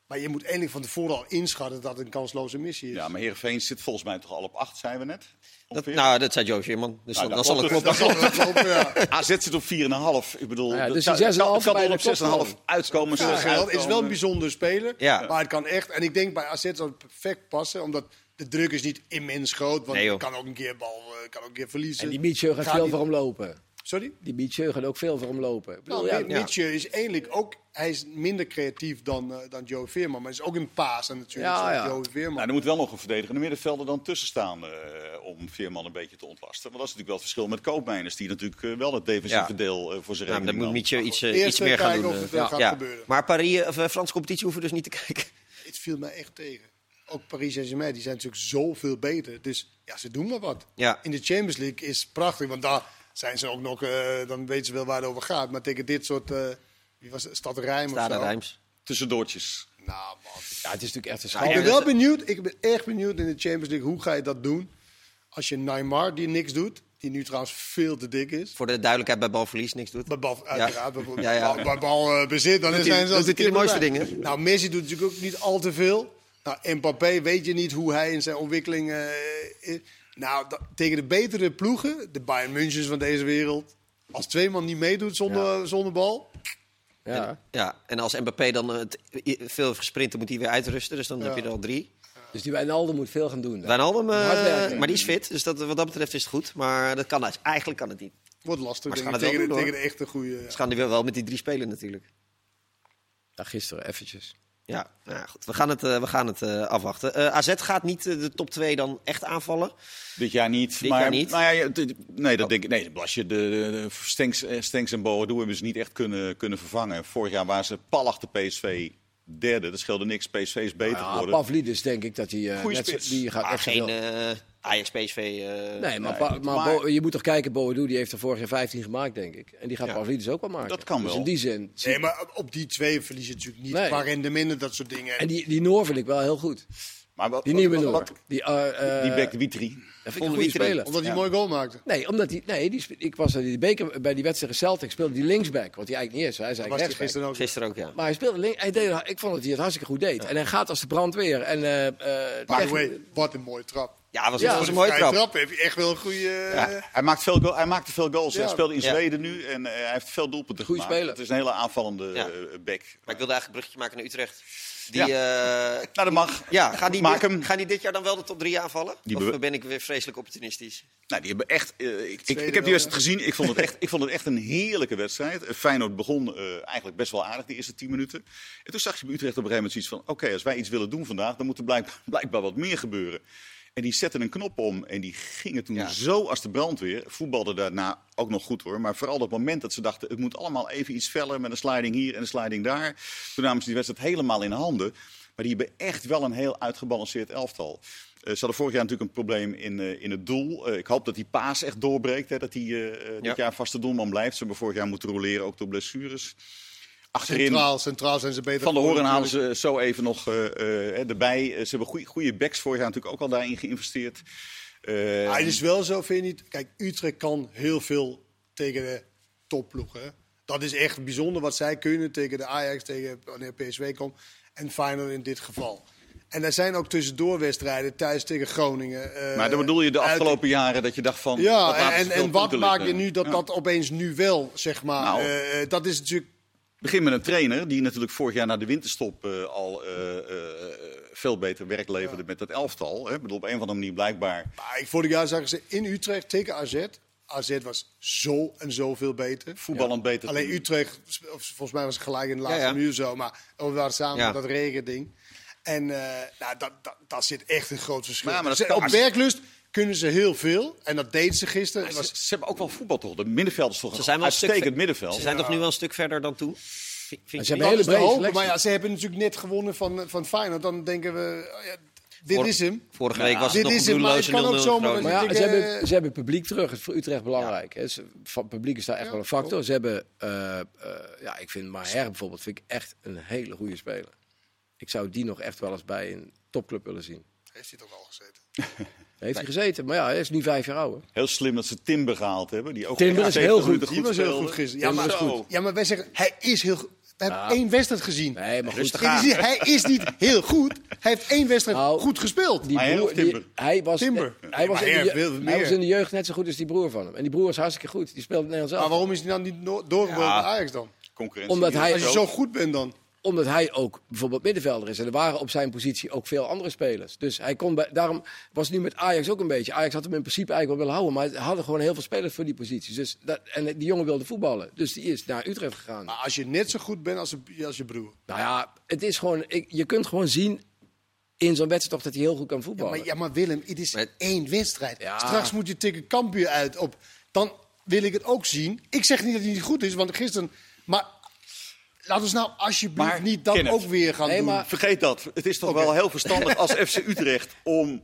Speaker 2: Maar je moet eindelijk van tevoren al inschatten dat het een kansloze missie is.
Speaker 3: Ja, maar Heerenveen zit volgens mij toch al op acht, zijn we net?
Speaker 1: dat,
Speaker 3: Ongeveer.
Speaker 1: nou, dat zei Joe Veerman. Dus
Speaker 3: Nou,
Speaker 1: dan,
Speaker 3: dat
Speaker 1: dan zal het
Speaker 3: klopt
Speaker 1: kloppen.
Speaker 2: zal
Speaker 4: *laughs*
Speaker 2: wel
Speaker 3: *laughs*
Speaker 2: kloppen, ja.
Speaker 3: AZ zit op 4,5. Ik bedoel,
Speaker 4: Ja,
Speaker 3: dat
Speaker 4: dus
Speaker 3: zou-
Speaker 4: die
Speaker 3: het kan,
Speaker 4: 6,5
Speaker 3: het kan
Speaker 4: bij
Speaker 3: wel
Speaker 4: de
Speaker 3: op 6,5 uitkomen.
Speaker 2: Ja, het
Speaker 3: zes
Speaker 2: is wel een
Speaker 3: uitkomen.
Speaker 2: bijzonder speler,
Speaker 1: Ja.
Speaker 2: maar het kan echt. En ik denk bij AZ zou het perfect passen, omdat de druk is niet immens groot. Want
Speaker 1: Nee, joh.
Speaker 2: je kan ook een keer bal, eh, kan ook een keer verliezen.
Speaker 4: En die Mietje gaat
Speaker 2: Gaat
Speaker 4: veel
Speaker 2: niet-
Speaker 4: voor hem lopen.
Speaker 2: Sorry?
Speaker 4: Die Mietje gaat ook veel voor hem lopen. Ik bedoel,
Speaker 2: Nou,
Speaker 4: ja,
Speaker 2: Mi- Mitje is eigenlijk ook, hij is minder creatief dan, eh, dan Joe Veerman, maar hij is ook in paas en natuurlijk
Speaker 4: Ja,
Speaker 2: zoals
Speaker 4: ja.
Speaker 2: Joe Veerman.
Speaker 3: Nou, er moet wel nog een verdedigende middenvelder dan tussen staan eh, om Veerman een beetje te ontlasten. Want dat is natuurlijk wel het verschil met Koopmeiners, die natuurlijk eh, wel het defensieve
Speaker 1: Ja.
Speaker 3: deel eh, voor zijn
Speaker 1: Nou,
Speaker 3: rekening
Speaker 1: dan moet
Speaker 3: nam.
Speaker 1: Mietje iets, eh,
Speaker 2: Eerst
Speaker 1: iets meer gaan
Speaker 2: kijken
Speaker 1: doen.
Speaker 2: of het
Speaker 1: eh,
Speaker 2: eh,
Speaker 1: ja.
Speaker 2: gaat
Speaker 1: Ja.
Speaker 2: gebeuren.
Speaker 1: Maar Paris, of, eh, Franse competitie hoeven we dus niet te *laughs* kijken.
Speaker 2: Het viel mij echt tegen. Ook Paris Saint-Germain, die zijn natuurlijk zoveel beter. Dus ja, ze doen maar wat.
Speaker 1: Ja.
Speaker 2: In de Champions League is prachtig, want daar zijn ze ook nog, eh, dan weten ze wel waar het over gaat. Maar tegen dit soort, eh, wie was het? Stad Rijm of
Speaker 1: Daar
Speaker 2: zo.
Speaker 1: de rijms.
Speaker 3: Tussendoortjes.
Speaker 2: Nou man.
Speaker 4: ja, het is natuurlijk echt een
Speaker 2: ik
Speaker 4: schande.
Speaker 2: ben wel benieuwd, ik ben echt benieuwd in de Champions League, hoe ga je dat doen? Als je Neymar, die niks doet, die nu trouwens veel te dik is.
Speaker 1: Voor de duidelijkheid, bij balverlies niks doet.
Speaker 2: Bij
Speaker 1: *laughs*
Speaker 2: bal, uiteraard. Bij, bal-
Speaker 1: Ja, ja.
Speaker 2: bij- bij bal, eh, bezit, dan
Speaker 1: Doet hij-
Speaker 2: zijn ze
Speaker 1: doet
Speaker 2: als
Speaker 1: hij de
Speaker 2: kippen
Speaker 1: mooiste
Speaker 2: bij.
Speaker 1: dingen?
Speaker 2: Nou, Messi doet natuurlijk ook niet al te veel. Nou, Mbappé weet je niet hoe hij in zijn ontwikkeling... eh, is. nou, da- tegen de betere ploegen, de Bayern Münchens van deze wereld... als twee man niet meedoet zonder, eh, zonder bal...
Speaker 4: Ja.
Speaker 1: Ja, en als Mbappé dan eh, het- i- veel heeft gesprint, dan moet hij weer uitrusten. Dus dan heb je er al drie.
Speaker 4: Dus die Wijnaldum moet veel gaan doen. hè.
Speaker 1: Wijnaldum, eh,
Speaker 4: Hard werken.
Speaker 1: maar die is fit. Dus dat, wat dat betreft is het goed. Maar dat kan, eigenlijk kan het niet.
Speaker 2: Wordt lastig
Speaker 1: Maar ze
Speaker 2: denk ik,
Speaker 1: gaan het
Speaker 2: tegen,
Speaker 1: wel
Speaker 2: de,
Speaker 1: doen,
Speaker 2: tegen de echte goede...
Speaker 1: Ze gaan die wel, wel met die drie spelen natuurlijk.
Speaker 4: Ja, gisteren eventjes.
Speaker 1: Ja, nou ja, goed. We gaan het, eh, we gaan het eh, afwachten. Eh, AZ gaat niet eh, de top 2 dan echt aanvallen.
Speaker 3: Dit jaar niet.
Speaker 1: Dit
Speaker 3: maar,
Speaker 1: jaar niet? Oh.
Speaker 3: Nou ja, je- dit- nee, dat denk ik. Nee, Blasje, de, de, de Stenks, eh, Stenks en Boadu hebben ze niet echt kunnen, kunnen vervangen. Vorig jaar waren ze pal achter PSV derde. Dat scheelde niks. PSV is beter
Speaker 4: Ja,
Speaker 3: geworden.
Speaker 4: Pavlidis denk ik dat hij... eh,
Speaker 3: Goeie
Speaker 4: net zo-
Speaker 3: spits. Ah,
Speaker 4: Die gaat
Speaker 1: Maar
Speaker 4: echt
Speaker 1: geen
Speaker 4: veel-
Speaker 1: eh Ajax, PSV. eh
Speaker 4: Nee, maar,
Speaker 3: Nee,
Speaker 4: Pa- maar
Speaker 3: maar-
Speaker 4: Bo- je moet toch kijken, Boadu die heeft er vorig jaar 15 gemaakt, denk ik. En die gaat Pavlidis ook wel maken.
Speaker 3: Dat kan
Speaker 4: Dus
Speaker 3: wel.
Speaker 4: in die zin...
Speaker 2: Nee, maar op die twee verlies je natuurlijk niet.
Speaker 4: Nee.
Speaker 2: Qua rendementen, dat soort dingen.
Speaker 4: En die, die Noor vind ik wel heel goed.
Speaker 3: Maar wat-
Speaker 4: Die nieuwe
Speaker 3: wat-
Speaker 4: Noor.
Speaker 3: wat-
Speaker 4: Die, eh, eh,
Speaker 3: Die back Witri.
Speaker 4: dat vind ik een goede
Speaker 1: Onderwiet-
Speaker 4: speler.
Speaker 2: Omdat hij mooi goal maakte.
Speaker 4: Nee, omdat die, nee die, spe- ik was bij die beker, bij die wedstrijd tegen Celtic speelde die linksback, wat hij eigenlijk niet is. Hij is
Speaker 2: Was
Speaker 4: eigenlijk
Speaker 2: hij
Speaker 4: rechtsback.
Speaker 2: gisteren ook.
Speaker 1: Gisteren ook, ja.
Speaker 4: Maar hij speelde link, hij deed, ik vond dat hij het hartstikke goed deed. En hij gaat als de brandweer. En, eh, eh,
Speaker 2: By the
Speaker 4: echt-
Speaker 2: way, wat een mooie trap.
Speaker 1: Ja, was,
Speaker 4: Ja,
Speaker 1: was
Speaker 2: Voor
Speaker 1: een
Speaker 2: de
Speaker 1: mooie
Speaker 2: vrije
Speaker 1: trap.
Speaker 2: Heb je echt wel een goede... eh,
Speaker 3: Hij, maakt veel goal, hij maakte veel goals.
Speaker 2: Ja.
Speaker 3: Hij speelde in
Speaker 1: Ja.
Speaker 3: Zweden nu en eh, hij heeft veel doelpunten
Speaker 4: Goeie
Speaker 3: gemaakt.
Speaker 4: speler.
Speaker 3: Het is een hele aanvallende
Speaker 1: Ja.
Speaker 3: eh, back.
Speaker 1: Maar ik wilde eigenlijk een bruggetje maken naar Utrecht. Die, ja.
Speaker 3: Nou, dat mag.
Speaker 1: ja, gaan die,
Speaker 3: Maak
Speaker 1: dit,
Speaker 3: hem.
Speaker 1: gaan die dit jaar dan wel de top 3 aanvallen?
Speaker 3: Die
Speaker 1: of
Speaker 3: bewe-
Speaker 1: ben ik weer vreselijk opportunistisch?
Speaker 3: Nou, die hebben echt. eh, ik, ik,
Speaker 2: Tweede
Speaker 3: ik heb
Speaker 2: wel,
Speaker 3: die wedstrijd gezien. Ik vond het echt, ik vond het echt een heerlijke wedstrijd. Eh, Feyenoord begon eh, eigenlijk best wel aardig de eerste 10 minuten. En toen zag je bij Utrecht op een gegeven moment zoiets van: oké, als wij iets willen doen vandaag, dan moet er blijk, blijkbaar wat meer gebeuren. En die zetten een knop om en die gingen toen
Speaker 1: Ja.
Speaker 3: zo als de brandweer. Voetbalden daarna ook nog goed hoor. Maar vooral dat moment dat ze dachten: het moet allemaal even iets feller met een sliding hier en een sliding daar. Toen namen ze die wedstrijd helemaal in handen. Maar die hebben echt wel een heel uitgebalanceerd elftal. Eh, ze hadden vorig jaar natuurlijk een probleem in, eh, in het doel. Eh, ik hoop dat die paas echt doorbreekt. Hè, dat hij eh, eh, dit
Speaker 1: Ja.
Speaker 3: jaar vaste doelman blijft. Ze hebben vorig jaar moeten roleren, ook door blessures. achterin
Speaker 2: Centraal, centraal zijn ze beter.
Speaker 3: Van de Horen
Speaker 2: geworden
Speaker 3: halen ze zo even nog eh, eh, erbij. Eh, Ze hebben goeie- goede backs vorig jaar natuurlijk ook al daarin geïnvesteerd. Eh,
Speaker 2: Ah, het is wel zo, vind je niet? Kijk, Utrecht kan heel veel tegen de topploegen. hè. Dat is echt bijzonder wat zij kunnen tegen de Ajax, tegen wanneer PSV komt. En Feyenoord in dit geval. En er zijn ook tussendoor wedstrijden thuis tegen Groningen. eh,
Speaker 3: maar dan bedoel je de
Speaker 2: uit-
Speaker 3: afgelopen jaren dat je dacht van... wat
Speaker 2: Ja,
Speaker 3: laten ze
Speaker 2: en,
Speaker 3: veel
Speaker 2: en wat
Speaker 3: punten
Speaker 2: maak je
Speaker 3: liggen?
Speaker 2: nu dat
Speaker 3: Ja.
Speaker 2: dat opeens nu wel, zeg maar.
Speaker 3: Nou.
Speaker 2: eh, eh, dat is natuurlijk...
Speaker 3: Begin met een trainer die natuurlijk vorig jaar na de winterstop eh, al eh, eh, veel beter werk leverde met dat elftal. Hè. Ik bedoel, op een of andere manier blijkbaar.
Speaker 2: Maar ik vorig jaar zagen ze in Utrecht tegen AZ. AZ was zo en zoveel beter.
Speaker 3: Voetballend beter.
Speaker 2: Alleen
Speaker 3: toen.
Speaker 2: Utrecht, of volgens mij was het gelijk in de laatste
Speaker 1: Ja, ja.
Speaker 2: minuut zo, maar we waren samen
Speaker 1: Ja.
Speaker 2: met dat regending. En eh, nou, dat, dat, daar zit echt een groot verschil.
Speaker 3: Maar- maar dat
Speaker 2: Ze-
Speaker 3: kan-
Speaker 2: op
Speaker 3: als-
Speaker 2: werklust kunnen ze heel veel en dat deden ze gisteren.
Speaker 3: Maar
Speaker 2: Het
Speaker 3: Ze,
Speaker 2: was,
Speaker 3: ze hebben ook wel voetbal toch? De middenveld is toch
Speaker 1: Ze
Speaker 3: een
Speaker 1: zijn wel een stuk
Speaker 3: uitstekend
Speaker 1: ver-
Speaker 3: middenveld.
Speaker 1: Ze zijn toch nu wel een stuk verder dan toen? Vind- vind
Speaker 4: ze
Speaker 1: je
Speaker 4: hebben
Speaker 1: niet?
Speaker 2: dat is te
Speaker 4: brede
Speaker 2: hopen,
Speaker 4: selectie.
Speaker 2: maar ja, ze hebben natuurlijk net gewonnen van, van Feyenoord. Dan denken we, oh ja, dit
Speaker 1: Vor-
Speaker 2: is hem.
Speaker 1: Vorige week was
Speaker 2: Dit
Speaker 1: het nog
Speaker 2: is
Speaker 1: een
Speaker 2: hem, maar het
Speaker 1: doelloze 0-0
Speaker 2: kan ook zomaar
Speaker 1: Groningen.
Speaker 2: dat
Speaker 4: Maar
Speaker 2: Dus ik
Speaker 4: ja, ze
Speaker 2: denk,
Speaker 4: hebben,
Speaker 2: eh,
Speaker 4: ze hebben publiek terug. Het is voor Utrecht belangrijk. hè. Ze- Van, publiek is daar echt wel een factor. Ze hebben, eh, eh, ja, ik vind Maher bijvoorbeeld vind ik echt een hele goede speler. Ik zou die nog echt wel eens bij een topclub willen zien.
Speaker 2: Heeft hij toch al gezeten?
Speaker 4: Heeft hij gezeten, maar ja, hij is nu vijf jaar ouder.
Speaker 3: Heel slim dat ze Timber gehaald hebben. Die ook
Speaker 4: Timber
Speaker 3: echt
Speaker 4: is heel
Speaker 3: 70 minuten
Speaker 2: Die was heel
Speaker 3: speelde.
Speaker 2: goed gisteren. Ja,
Speaker 4: Timber
Speaker 2: maar,
Speaker 4: is goed.
Speaker 2: ja, maar wij zeggen, hij is heel goed. We hebben één wedstrijd gezien.
Speaker 4: Nee, maar goed.
Speaker 3: Rustig
Speaker 2: Dit is
Speaker 3: aan.
Speaker 2: niet- hij is niet heel goed. Hij heeft één wedstrijd
Speaker 4: Nou,
Speaker 2: goed gespeeld.
Speaker 4: Die
Speaker 3: Maher
Speaker 4: broer,
Speaker 3: of Timber?
Speaker 4: die- hij was,
Speaker 2: Timber.
Speaker 4: Hij, was in de,
Speaker 2: Maher
Speaker 4: je-
Speaker 2: wil
Speaker 4: hij
Speaker 2: meer.
Speaker 4: was in de jeugd net zo goed als die broer van hem. En die broer was hartstikke goed. Die speelde Nederlands
Speaker 2: Maar
Speaker 4: zelf.
Speaker 2: waarom is hij dan niet no- doorgebroken
Speaker 3: Ja.
Speaker 2: bij Ajax dan?
Speaker 3: Concurrentie.
Speaker 4: Omdat hij-
Speaker 2: Als je zo goed bent dan.
Speaker 4: Omdat hij ook bijvoorbeeld middenvelder is. En er waren op zijn positie ook veel andere spelers. Dus hij kon bij, daarom was het nu met Ajax ook een beetje. Ajax had hem in principe eigenlijk wel willen houden. Maar ze hadden gewoon heel veel spelers voor die posities. Dus dat, en die jongen wilde voetballen. Dus die is naar Utrecht gegaan.
Speaker 2: Maar als je net zo goed bent als, je- als je broer.
Speaker 4: Nou ja, het is gewoon, ik, je kunt gewoon zien in zo'n wedstrijd toch dat hij heel goed kan
Speaker 2: Ja,
Speaker 4: voetballen.
Speaker 2: maar, ja, maar Willem, het is
Speaker 1: Maar-
Speaker 2: één wedstrijd.
Speaker 4: Ja.
Speaker 2: Straks moet je tegen Cambuur uit op. Dan wil ik het ook zien. Ik zeg niet dat hij niet goed is, want gisteren... Maar laten we nou alsjeblieft
Speaker 3: Maar,
Speaker 2: niet dat
Speaker 3: Kenneth,
Speaker 2: ook weer gaan
Speaker 4: nee,
Speaker 2: doen.
Speaker 4: maar-
Speaker 3: Vergeet dat. Het is toch wel heel verstandig als FC Utrecht om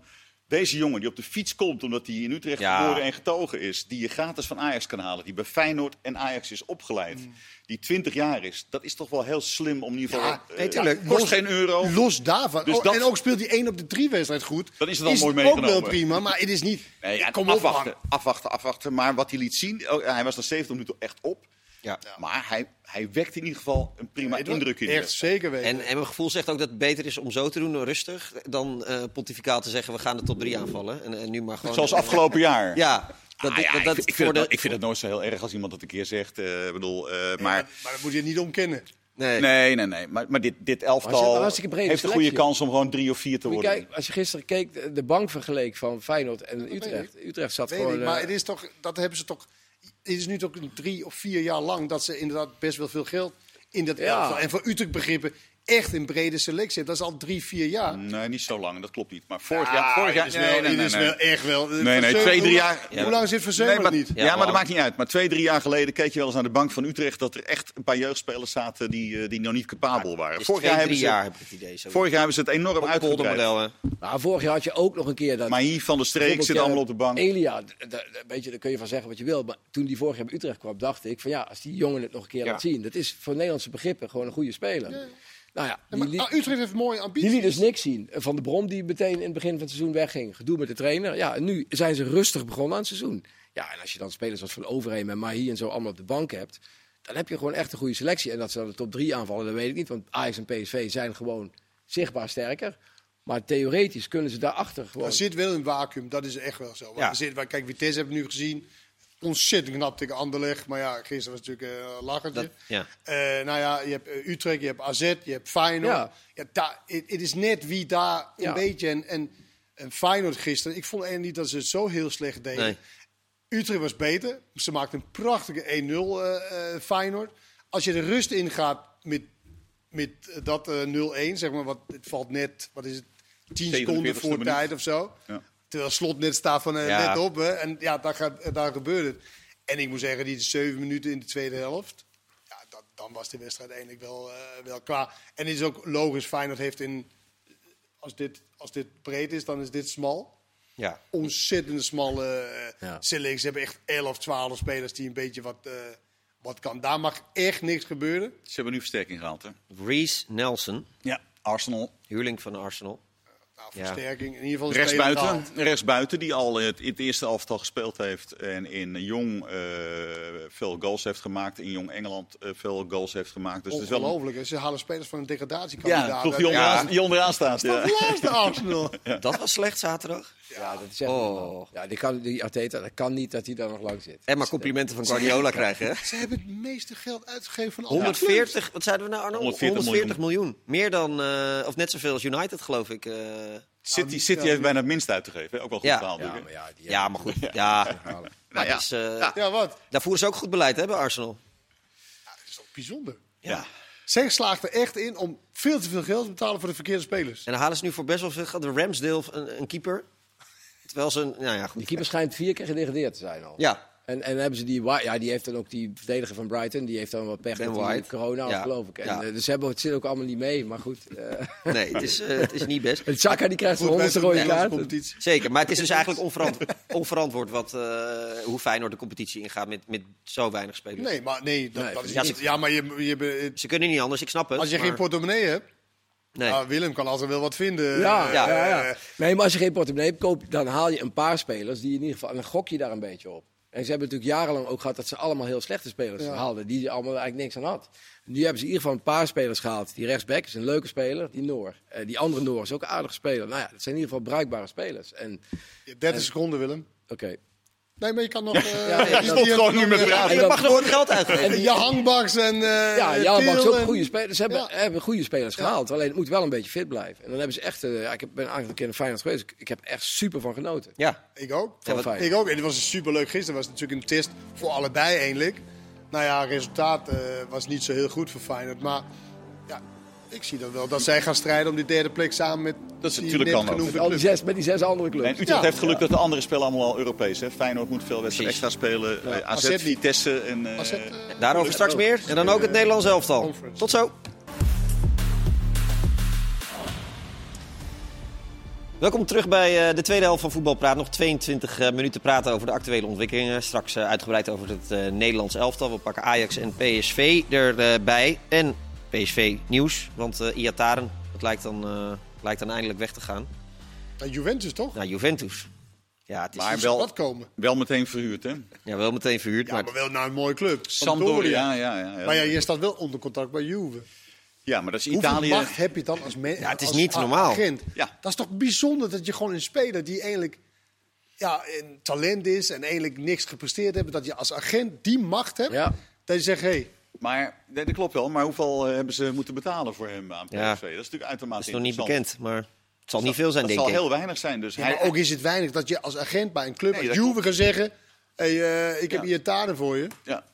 Speaker 3: deze jongen die op de fiets komt omdat hij in Utrecht
Speaker 1: Ja.
Speaker 3: geboren en getogen is, die je gratis van Ajax kan halen, die bij Feyenoord en Ajax is opgeleid, die 20 jaar is, dat is toch wel heel slim om in ieder geval.
Speaker 2: Ja,
Speaker 3: eh,
Speaker 1: nee, tuurlijk.
Speaker 3: kost geen euro.
Speaker 2: Los daarvan.
Speaker 3: Dus
Speaker 2: Oh,
Speaker 3: dat-
Speaker 2: En ook speelt hij één op de drie wedstrijd goed.
Speaker 3: Dan is het al mooi
Speaker 2: ook wel
Speaker 3: meegenomen.
Speaker 2: prima, maar het is niet...
Speaker 3: Nee, ja,
Speaker 2: kom op,
Speaker 3: afwachten,
Speaker 2: man.
Speaker 3: afwachten, afwachten. Maar wat hij liet zien, oh, hij was na 70 minuten echt op.
Speaker 1: Ja.
Speaker 3: Maar hij, hij wekte in ieder geval een prima indruk in. de
Speaker 2: Echt
Speaker 3: wedstrijd.
Speaker 2: zeker weten.
Speaker 1: En, en mijn gevoel zegt ook dat het beter is om zo te doen, rustig, dan eh, pontificaal te zeggen we gaan de top 3 aanvallen. En, en nu maar gewoon.
Speaker 3: Zoals afgelopen jaar.
Speaker 1: Ja, dat,
Speaker 3: Ah, ja,
Speaker 1: dat, dat
Speaker 3: ik, ik,
Speaker 1: voor
Speaker 3: vind
Speaker 1: de.
Speaker 3: dat, ik vind dat nooit zo heel erg als iemand dat een keer zegt. eh, Ik bedoel, eh, maar,
Speaker 2: Maar dat moet je niet ontkennen.
Speaker 1: nee.
Speaker 3: nee, nee, nee. Maar, maar dit, dit
Speaker 4: Maar ze hebben
Speaker 3: elftal
Speaker 4: een
Speaker 3: heeft
Speaker 4: hartstikke
Speaker 3: een
Speaker 4: brede
Speaker 3: goede
Speaker 4: selectie.
Speaker 3: kans om gewoon drie of vier te
Speaker 4: Moet je
Speaker 3: worden.
Speaker 4: kijken, als je gisteren keek, de- de bank vergeleek van Feyenoord en Utrecht. Utrecht zat
Speaker 2: Weet
Speaker 4: gewoon...
Speaker 2: ik, maar
Speaker 4: eh,
Speaker 2: het is toch, dat hebben ze toch. Het is nu toch een drie of vier jaar lang dat ze inderdaad best wel veel geld in dat
Speaker 4: Ja.
Speaker 2: elftal. En voor Utrecht begrippen echt een brede selectie. Dat is al drie, vier jaar.
Speaker 3: Nee, niet zo lang. Dat klopt niet. Maar Mm. vorig jaar... Vorig
Speaker 2: het
Speaker 3: jaar
Speaker 2: is
Speaker 3: nee,
Speaker 2: wel,
Speaker 3: nee,
Speaker 2: het
Speaker 3: nee,
Speaker 2: is
Speaker 3: nee.
Speaker 2: wel echt wel.
Speaker 3: nee,
Speaker 2: Van Zeulen,
Speaker 3: twee,
Speaker 2: hoe-
Speaker 3: drie jaar-
Speaker 2: Hoe lang zit
Speaker 3: Nee,
Speaker 2: Verzeulen
Speaker 3: maar,
Speaker 2: niet?
Speaker 3: ja,
Speaker 1: Ja,
Speaker 3: maar dat
Speaker 1: lang.
Speaker 3: maakt niet uit. Maar twee, drie jaar geleden keek je wel eens naar de bank van Utrecht... dat er echt een paar jeugdspelers zaten die, eh, die nog niet capabel waren.
Speaker 1: Is
Speaker 3: vorig,
Speaker 1: Dus twee,
Speaker 3: jaar
Speaker 1: drie
Speaker 3: hebben ze,
Speaker 1: jaar heb ik het idee. Zo.
Speaker 3: vorig jaar hebben ze het enorm
Speaker 1: Op
Speaker 3: uitgebreid.
Speaker 1: poldermodel, hè.
Speaker 4: Nou, vorig jaar had je ook nog een keer dat...
Speaker 3: Maar hier van de streek
Speaker 4: Bijvoorbeeld,
Speaker 3: zit
Speaker 4: ja,
Speaker 3: allemaal op de bank.
Speaker 4: Elia, d- d- d- weet je, daar kun je van zeggen wat je wil. Maar toen die vorig jaar bij Utrecht kwam, dacht ik van ja, als die jongen het nog een keer laat zien. Dat is voor Nederlandse begrippen gewoon een goede speler. Nou ja,
Speaker 2: Ja,
Speaker 4: die,
Speaker 2: maar,
Speaker 4: liet-
Speaker 2: ah, Utrecht heeft mooie
Speaker 4: die
Speaker 2: ambities.
Speaker 4: liet dus niks zien. Van de Brom die meteen in het begin van het seizoen wegging. Gedoe met de trainer. Ja, en nu zijn ze rustig begonnen aan het seizoen. Ja, en als je dan spelers als Van Overheem en Mahi en zo allemaal op de bank hebt. Dan heb je gewoon echt een goede selectie. En dat ze dan de top 3 aanvallen, dat weet ik niet. Want Ajax en PSV zijn gewoon zichtbaar sterker. Maar theoretisch kunnen ze daarachter gewoon...
Speaker 2: Er zit wel een vacuüm, dat is echt wel zo. Want
Speaker 1: Ja.
Speaker 2: er zit, kijk, Vitesse hebben we nu gezien. Ontzettend knap tegen Anderlecht. Maar ja, gisteren was het natuurlijk eh, een lachertje.
Speaker 1: Dat- ja.
Speaker 2: Eh, nou ja, je hebt eh, Utrecht, je hebt AZ, je hebt Feyenoord.
Speaker 4: Ja.
Speaker 2: Ja. daar- het het is net wie daar
Speaker 4: Ja.
Speaker 2: een beetje... En, en, en Feyenoord gisteren, ik vond eigenlijk niet dat ze het zo heel slecht deden.
Speaker 1: Nee.
Speaker 2: Utrecht was beter. Ze maakten een prachtige 1-0 eh, eh, Feyenoord. Als je de rust ingaat met, met eh, dat eh, 0-1, zeg maar, wat, het valt net, wat is het, 10 seconden
Speaker 3: 47e
Speaker 2: voor
Speaker 3: minuut.
Speaker 2: tijd of zo.
Speaker 3: Ja.
Speaker 2: Terwijl slot net staat van eh,
Speaker 1: Ja.
Speaker 2: let op. Hè. En ja, daar, gaat, daar gebeurde het. En ik moet zeggen, die zeven minuten in de tweede helft. Ja, dat, dan was de wedstrijd eigenlijk wel, eh, wel klaar. En het is ook logisch, Feyenoord heeft in. Als dit, als dit breed is, dan is dit smal.
Speaker 1: Ja.
Speaker 2: Ontzettend smalle eh,
Speaker 4: Ja.
Speaker 2: selectie. Ze hebben echt 11, 12 spelers die een beetje wat, eh, Wat kan? Daar mag echt niks gebeuren.
Speaker 3: Ze hebben nu versterking gehaald, hè?
Speaker 1: Reese Nelson,
Speaker 3: Ja, Arsenal.
Speaker 1: huurling van Arsenal.
Speaker 2: Nou,
Speaker 1: Ja.
Speaker 2: versterking. In ieder geval een speler
Speaker 3: Rechtsbuiten,
Speaker 2: gehaald.
Speaker 3: rechtsbuiten die al het, het eerste elftal gespeeld heeft en in jong eh, veel goals heeft gemaakt. In jong Engeland eh, veel goals heeft gemaakt. Dus het is wel een-
Speaker 2: Ongelooflijk. hè. Ze halen spelers van een degradatiekandidaat.
Speaker 3: ja, toch die,
Speaker 2: uit.
Speaker 3: onderaan, die onderaan staat. Ja.
Speaker 2: Dat laatste
Speaker 4: *laughs*
Speaker 2: Arsenal.
Speaker 1: Dat was slecht zaterdag.
Speaker 4: Ja, dat is echt
Speaker 1: Oh.
Speaker 4: normaal. Ja, die, kan, die Arteta, dat kan niet dat hij daar nog lang zit.
Speaker 1: En maar complimenten van Guardiola krijgen, hè?
Speaker 2: Ze hebben het meeste geld uitgegeven van alle clubs.
Speaker 1: 140, wat zeiden we nou Arno? 140,
Speaker 3: 140
Speaker 1: miljoen. Meer dan, eh, of net zoveel als United geloof ik. eh.
Speaker 3: City, City heeft bijna het minst uit te geven. hè? Ook wel goed
Speaker 1: Ja.
Speaker 3: verhaal.
Speaker 4: Ja,
Speaker 3: natuurlijk,
Speaker 4: maar
Speaker 3: hè?
Speaker 4: ja, die
Speaker 1: ja, maar goed. Ja,
Speaker 4: halen.
Speaker 1: maar
Speaker 3: Nou ja.
Speaker 1: het is, eh,
Speaker 2: Ja, wat?
Speaker 1: daar voeren ze ook goed beleid hè, bij Arsenal.
Speaker 2: Dat is toch bijzonder.
Speaker 3: Ja.
Speaker 2: Zeg slaagt er echt in om veel te veel geld te betalen voor de verkeerde spelers.
Speaker 1: En dan halen ze nu voor best wel veel geld de Ramsdale een, een keeper. Terwijl ze, een- nou ja,
Speaker 4: Die
Speaker 1: goed.
Speaker 4: keeper schijnt vier keer gedegradeerd te zijn al.
Speaker 1: Ja,
Speaker 4: En, en hebben ze die, Wa- ja, die heeft dan ook die verdediger van Brighton, die heeft dan wat pech
Speaker 1: Ben
Speaker 4: met die
Speaker 1: White.
Speaker 4: corona,
Speaker 1: Ja.
Speaker 4: geloof ik. En,
Speaker 1: Ja.
Speaker 4: eh, dus ze hebben, het zit ook allemaal niet mee, maar goed. eh *laughs*
Speaker 1: nee, het is, eh, het is niet best.
Speaker 4: en Chaka die krijgt
Speaker 2: bij
Speaker 4: zijn honderdste
Speaker 2: de
Speaker 4: rode
Speaker 2: Nederlandse
Speaker 4: kaart.
Speaker 2: competitie.
Speaker 1: Zeker, maar het is dus eigenlijk onverantwoord, onverantwoord wat, eh, hoe Feyenoord de competitie ingaat met, met zo weinig spelers.
Speaker 2: Nee, maar nee, dat,
Speaker 4: Nee,
Speaker 2: dat is
Speaker 1: ja,
Speaker 2: niet.
Speaker 1: ze-
Speaker 2: Ja, maar je, je, be-
Speaker 1: Ze kunnen niet anders, ik snap het.
Speaker 2: als je
Speaker 1: maar-
Speaker 2: geen portemonnee hebt,
Speaker 1: nee.
Speaker 2: nou, Willem kan altijd wel wat vinden.
Speaker 4: Ja,
Speaker 2: Eh,
Speaker 4: ja, ja,
Speaker 2: eh,
Speaker 4: Nee, maar als je geen portemonnee hebt, koop, dan haal je een paar spelers die in ieder geval, en dan gok je daar een beetje op. En ze hebben natuurlijk jarenlang ook gehad dat ze allemaal heel slechte spelers
Speaker 2: Ja.
Speaker 4: haalden, die er allemaal eigenlijk niks aan had. Nu hebben ze in ieder geval een paar spelers gehaald. Die rechtsback is een leuke speler, die Noor. Eh, die andere Noor is ook een aardige speler. Nou ja, dat zijn in ieder geval bruikbare spelers. En,
Speaker 2: je hebt 30 seconden, Willem.
Speaker 4: oké.
Speaker 2: Eh, Nee, maar je kan nog... eh,
Speaker 4: Ja, je
Speaker 2: die-
Speaker 3: stopt
Speaker 2: die-
Speaker 3: gewoon
Speaker 2: die-
Speaker 3: nu met
Speaker 2: die-
Speaker 1: En
Speaker 3: praten.
Speaker 1: je mag gewoon geld uitgeven.
Speaker 2: Je hangbaks en... eh,
Speaker 4: Ja, ja maar
Speaker 2: Til
Speaker 4: ze ook
Speaker 2: en-
Speaker 4: goede spelers. Ze hebben,
Speaker 2: Ja.
Speaker 4: hebben goede spelers gehaald. Alleen het moet wel een beetje fit blijven. En dan hebben ze echt. eh, ja, ik heb- ben een aantal keer in Feyenoord geweest. Ik, ik heb echt super van genoten.
Speaker 1: Ja,
Speaker 2: Ik ook.
Speaker 4: Van Feyenoord.
Speaker 2: Ik ook. En het was superleuk gisteren. was natuurlijk een test voor allebei eindelijk. Nou ja, resultaat eh, was niet zo heel goed voor Feyenoord. Maar ja, ik zie dat wel. Dat zij gaan strijden om die derde plek samen met
Speaker 3: Dat is
Speaker 2: die
Speaker 3: natuurlijk
Speaker 2: net
Speaker 3: kan ook.
Speaker 2: genoemde
Speaker 4: Al die
Speaker 2: club.
Speaker 4: zes, met die zes andere clubs.
Speaker 3: En Utrecht
Speaker 2: Ja.
Speaker 3: heeft geluk dat de andere spelen allemaal al Europees. Hè. Feyenoord moet veel wedstrijden
Speaker 1: Precies.
Speaker 3: extra spelen. Eh, AZ,
Speaker 2: AZ niet.
Speaker 3: Vitesse en... eh,
Speaker 2: Was het, eh,
Speaker 1: daarover straks meer. En dan ook het Nederlands elftal.
Speaker 2: Conference.
Speaker 1: Tot zo. Welkom terug bij eh, de tweede helft van Voetbal Praat. Nog 22 eh, minuten praten over de actuele ontwikkelingen. Straks eh, uitgebreid over het eh, Nederlands elftal. We pakken Ajax en PSV erbij. En PSV nieuws, want eh Iataren, dat lijkt dan, eh, lijkt dan eindelijk weg te gaan
Speaker 2: Nou, Juventus toch?
Speaker 1: naar Juventus. Ja, het is dus-
Speaker 3: Maar
Speaker 2: Wel.
Speaker 3: wel,
Speaker 2: Dat komen.
Speaker 3: wel meteen verhuurd, hè?
Speaker 1: ja, wel meteen verhuurd.
Speaker 2: Ja,
Speaker 1: maar
Speaker 2: maar wel naar een mooie club.
Speaker 3: Sampdoria. Ja, ja, ja.
Speaker 2: Maar ja, je staat wel onder contract bij Juve.
Speaker 3: ja, maar dat is
Speaker 2: Hoeveel
Speaker 3: Italië.
Speaker 2: macht heb je dan als mens? Ja,
Speaker 1: het is niet normaal.
Speaker 2: Agent?
Speaker 3: Ja.
Speaker 2: Dat is toch bijzonder dat je gewoon een speler die eigenlijk ja, een talent is en eigenlijk niks gepresteerd heeft, dat je als agent die macht hebt.
Speaker 4: Ja.
Speaker 2: Dat je zegt, hé, hey,
Speaker 3: Maar, nee, dat klopt wel. Maar hoeveel eh, hebben ze moeten betalen voor hem aan PSV?
Speaker 1: Ja.
Speaker 3: Dat is natuurlijk uitermate
Speaker 1: het is nog niet
Speaker 3: interessant.
Speaker 1: bekend, maar het zal niet veel zijn,
Speaker 3: dat
Speaker 1: denk ik.
Speaker 3: zal heel weinig zijn. Dus
Speaker 2: ja,
Speaker 3: hij,
Speaker 2: maar ook is het weinig dat je als agent bij een club
Speaker 3: Nee,
Speaker 2: als
Speaker 3: dat
Speaker 2: Juve
Speaker 3: klopt.
Speaker 2: kan zeggen, hé, eh, ik heb
Speaker 3: Ja.
Speaker 2: hier taden voor je.
Speaker 3: ja.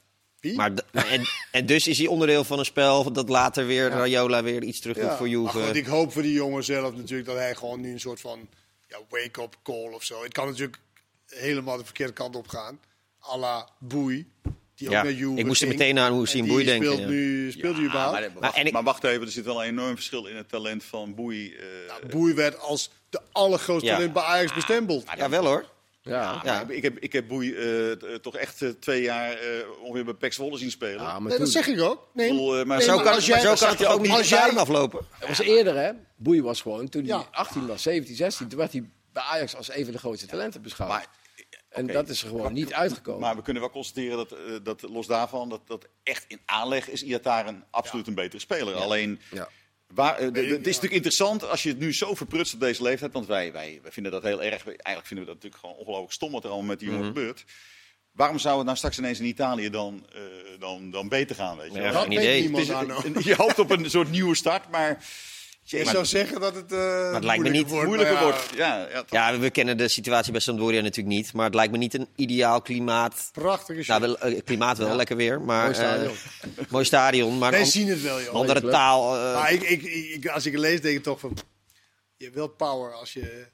Speaker 1: Maar d- en, en dus is hij onderdeel van een spel dat later weer Rayola weer iets terug doet
Speaker 2: Ja.
Speaker 1: voor
Speaker 2: Maar goed,
Speaker 1: Juve.
Speaker 2: ik hoop voor die jongen zelf natuurlijk dat hij gewoon nu een soort van ja, wake-up call of zo. Het kan natuurlijk helemaal de verkeerde kant op gaan. À la Boei, die
Speaker 1: Ja,
Speaker 2: ook naar Juve
Speaker 1: ik moest er
Speaker 2: ging.
Speaker 1: meteen aan Hussein
Speaker 2: En
Speaker 1: Boei
Speaker 2: die
Speaker 1: denken,
Speaker 2: Speelt
Speaker 1: ja.
Speaker 2: nu, speelt
Speaker 3: Ja,
Speaker 2: hij überhaupt?
Speaker 3: maar,
Speaker 1: Maar-
Speaker 3: wacht,
Speaker 1: en ik-
Speaker 3: maar wacht even, er zit wel een enorm verschil in het talent van Boei. eh,
Speaker 2: Nou, Boei werd als de allergrootste
Speaker 1: Ja.
Speaker 2: talent bij
Speaker 3: Ah,
Speaker 2: Ajax bestempeld.
Speaker 1: Ja, wel hoor.
Speaker 4: Ja.
Speaker 1: Ja.
Speaker 3: maar Ik heb, ik heb Boei eh, t- eh, toch echt eh, twee jaar eh ongeveer bij Pax Wolle zien spelen.
Speaker 4: Ja, maar
Speaker 2: Nee,
Speaker 4: toen,
Speaker 2: dat zeg ik ook. Nee,
Speaker 3: Ik bedoel, eh, maar
Speaker 2: nee,
Speaker 1: Zo kan,
Speaker 2: als
Speaker 1: maar
Speaker 2: jij-
Speaker 1: zo kan
Speaker 2: als
Speaker 1: het toch ook niet
Speaker 2: als
Speaker 1: als
Speaker 2: jij-
Speaker 1: jaren aflopen?
Speaker 4: dat was eerder, hè? Boei was gewoon toen hij
Speaker 2: Ja.
Speaker 4: 18 was, 17, 16. Toen werd hij bij Ajax als een van de grootste talenten beschouwd.
Speaker 3: Maar,
Speaker 4: eh, en dat is er gewoon niet uitgekomen.
Speaker 3: maar we kunnen wel constateren dat, eh, dat los daarvan, dat, dat echt in aanleg is Iataren absoluut een betere speler. Alleen,
Speaker 4: Ja.
Speaker 3: waar, eh, d- d- het is natuurlijk interessant als je het nu zo verprutst op deze leeftijd. Want wij, wij, wij vinden dat heel erg. Wij- Eigenlijk vinden we dat natuurlijk gewoon ongelooflijk stom wat er allemaal met die
Speaker 4: Mhm.
Speaker 3: jongen gebeurt. Waarom zou het nou straks ineens in Italië dan, eh, dan, dan beter gaan? Weet je?
Speaker 1: Ja,
Speaker 3: wel?
Speaker 2: Dat
Speaker 1: Geen
Speaker 2: weet
Speaker 1: idee.
Speaker 2: niemand,
Speaker 3: Het is-
Speaker 2: Arno.
Speaker 3: je hoopt op een soort nieuwe start, maar...
Speaker 2: Ik zou zeggen dat het, eh
Speaker 1: het lijkt me niet
Speaker 2: wordt,
Speaker 3: moeilijker
Speaker 2: maar ja,
Speaker 3: wordt. Ja, ja, toch.
Speaker 1: Ja, we kennen de situatie bij Sampdoria natuurlijk niet. Maar het lijkt me niet een ideaal klimaat.
Speaker 2: Prachtige
Speaker 1: Nou,
Speaker 2: shit.
Speaker 1: wel, eh, klimaat wel, lekker weer. Maar,
Speaker 4: Mooi stadion.
Speaker 1: eh, mooi stadion, maar
Speaker 2: Wij
Speaker 1: een an-
Speaker 2: zien het wel, joh.
Speaker 1: andere
Speaker 4: Leuk.
Speaker 1: taal. eh,
Speaker 2: Maar ik, ik, ik, als ik het lees, denk ik toch van... Je hebt wel power als je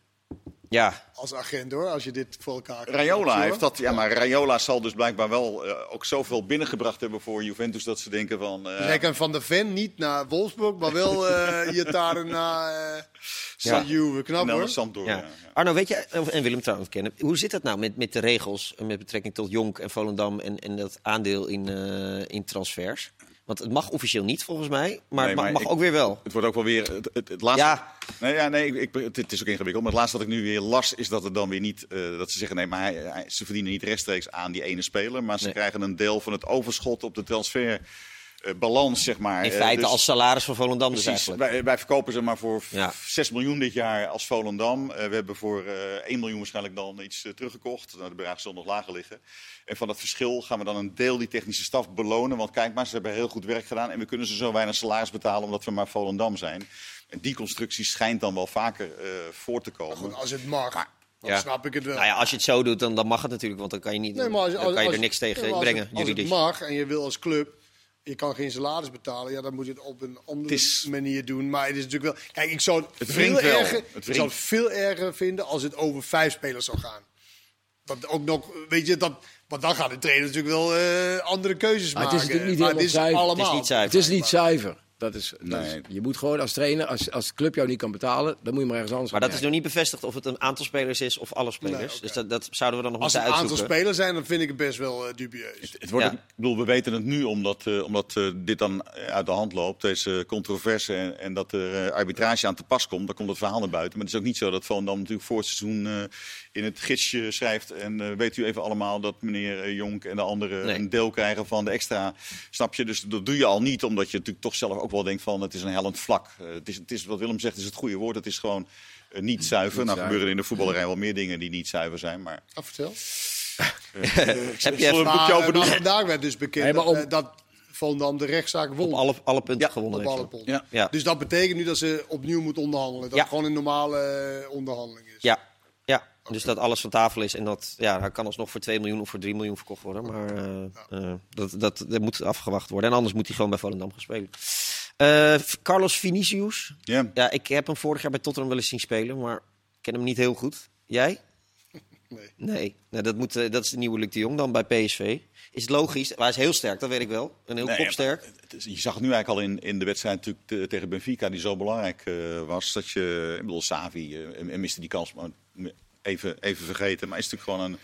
Speaker 1: ja,
Speaker 2: als agent, hoor. Als je dit voor elkaar krijgt.
Speaker 3: Rayola
Speaker 2: Hoor.
Speaker 3: heeft dat, ja, maar Rayola zal dus blijkbaar wel eh, ook zoveel binnengebracht hebben voor Juventus dat ze denken van. eh,
Speaker 2: Dus hij kan Van de Ven niet naar Wolfsburg, maar wel eh Iataren naar eh Sanju, we knap
Speaker 3: Nelle
Speaker 2: hoor.
Speaker 3: Sampdoria.
Speaker 1: Ja. Arno, weet je, en Willem trouwens kennen, hoe zit dat nou met, met de regels eh, met betrekking tot Jonk en Volendam en, en dat aandeel in, eh, in transfers? Want het mag officieel niet volgens mij, maar
Speaker 3: Nee,
Speaker 1: het mag,
Speaker 3: maar
Speaker 1: mag
Speaker 3: ik-
Speaker 1: ook weer wel.
Speaker 3: Het wordt ook wel weer het, het, het laatste.
Speaker 1: Ja.
Speaker 3: Nee, ja, nee ik, ik- het, het is ook ingewikkeld. Maar het laatste dat ik nu weer las is dat het dan weer niet. eh, dat ze zeggen nee, maar hij- hij- ze verdienen niet rechtstreeks aan die ene speler. Maar ze
Speaker 1: Nee.
Speaker 3: krijgen een deel van het overschot op de transferbalans, zeg maar.
Speaker 1: In
Speaker 3: Eh,
Speaker 1: feite
Speaker 3: dus-
Speaker 1: als salaris van Volendam dus
Speaker 3: Precies,
Speaker 1: eigenlijk.
Speaker 3: wij, wij verkopen ze maar voor
Speaker 1: Ja.
Speaker 3: 6 miljoen dit jaar als Volendam. Eh, we hebben voor eh 1 miljoen waarschijnlijk dan iets eh, teruggekocht. Nou, de bedragen zullen nog lager liggen. En van dat verschil gaan we dan een deel die technische staf belonen. Want kijk maar, ze hebben heel goed werk gedaan. En we kunnen ze zo weinig salaris betalen omdat we maar Volendam zijn. En die constructie schijnt dan wel vaker eh, voor te komen.
Speaker 2: Goed, als het mag, dan
Speaker 1: ja.
Speaker 2: snap ik het wel.
Speaker 1: Nou ja, als je het zo doet, dan, dan mag het natuurlijk, want dan kan je, niet,
Speaker 2: Nee, maar als-
Speaker 1: dan
Speaker 2: als-
Speaker 1: kan je
Speaker 2: als-
Speaker 1: er niks tegen
Speaker 2: nee, maar als het-
Speaker 1: brengen,
Speaker 2: Als
Speaker 1: juridisch.
Speaker 2: het mag en je wil als club, je kan geen salaris betalen, ja, dan moet je het op een andere
Speaker 3: Het is-
Speaker 2: manier doen. Maar het is natuurlijk wel. Kijk, ik zou het,
Speaker 3: Het
Speaker 2: veel
Speaker 3: wringt wel.
Speaker 2: erger,
Speaker 3: Het
Speaker 2: ik zou het
Speaker 3: wringt.
Speaker 2: veel erger vinden als het over vijf spelers zou gaan. Dat ook nog, weet je, dat, want dan gaat de trainer natuurlijk wel eh, andere keuzes
Speaker 4: Maar het
Speaker 2: maken.
Speaker 4: is natuurlijk niet
Speaker 2: maar dit is
Speaker 4: helemaal zuiver.
Speaker 1: Het is
Speaker 2: allemaal.
Speaker 1: niet zuiver.
Speaker 4: Het is niet zuiver. Dat is, dat is-
Speaker 3: Nee.
Speaker 4: je moet gewoon als trainer, als, als de club jou niet kan betalen, dan moet je maar ergens anders
Speaker 1: Maar dat
Speaker 4: gaan
Speaker 1: is nog niet bevestigd of het een aantal spelers is of alle spelers.
Speaker 2: Nee, oké.
Speaker 1: Dus dat, dat zouden we dan nog
Speaker 2: Als
Speaker 1: moeten
Speaker 2: het een aantal
Speaker 1: uitzoeken.
Speaker 2: spelers zijn, dan vind ik het best wel eh, dubieus.
Speaker 3: Het wordt
Speaker 1: Ja.
Speaker 3: ook- ik bedoel, we weten het nu omdat, eh, omdat eh, dit dan uit de hand loopt, deze controverse en, en dat er eh, arbitrage aan te pas komt. Dan komt het verhaal naar buiten. Maar het is ook niet zo dat Volendam natuurlijk voor het seizoen eh, in het gidsje schrijft. En eh, weet u even allemaal dat meneer eh, Jonk en de anderen
Speaker 1: Nee.
Speaker 3: een deel krijgen van de extra. Snap je? Dus dat doe je al niet, omdat je natuurlijk toch zelf ook wel denkt van het is een hellend vlak. Eh, het, is, het is, wat Willem zegt is het goede woord. Het is gewoon eh, niet zuiver. nou
Speaker 4: zuiver.
Speaker 3: gebeuren in de *laughs* voetballerij wel meer dingen die niet zuiver zijn. Maar
Speaker 2: Ah, vertel.
Speaker 1: Heb je even
Speaker 3: Moet ik
Speaker 2: Maar,
Speaker 3: jou
Speaker 2: eh,
Speaker 3: bedoelen?
Speaker 2: maar vandaag werd dus bekend
Speaker 4: Nee, maar om-
Speaker 2: eh, dat Volendam de rechtszaak won.
Speaker 1: op alle, alle punten
Speaker 3: Ja,
Speaker 1: gewonnen
Speaker 2: op
Speaker 1: heeft.
Speaker 2: alle punten.
Speaker 3: Ja.
Speaker 1: Ja.
Speaker 2: Dus dat betekent nu dat ze opnieuw moet onderhandelen. Dat
Speaker 1: Ja.
Speaker 2: het gewoon een normale eh, onderhandeling is.
Speaker 1: Ja, ja. dus dat alles van tafel is. En dat ja, hij kan alsnog voor 2 miljoen of voor 3 miljoen verkocht worden. Maar eh, eh, dat, dat, dat moet afgewacht worden. En anders moet hij gewoon bij Volendam gaan spelen. Eh, F- Carlos Vinicius.
Speaker 3: ja.
Speaker 1: Ja, ik heb hem vorig jaar bij Tottenham wel eens zien spelen. Maar ik ken hem niet heel goed. Jij?
Speaker 2: Nee.
Speaker 1: Nee, Nou, dat, moet, eh, dat is de nieuwe Luc de Jong dan bij PSV. Is het logisch? Hij is heel sterk, dat weet ik wel. En heel
Speaker 3: Nee,
Speaker 1: kopsterk.
Speaker 3: maar het is- Je zag het nu eigenlijk al in, in de wedstrijd natuurlijk te- tegen Benfica, die zo belangrijk eh, was. Dat je, ik bedoel, Savi eh, en- en miste die kans, maar even, even vergeten. Maar hij is natuurlijk gewoon een,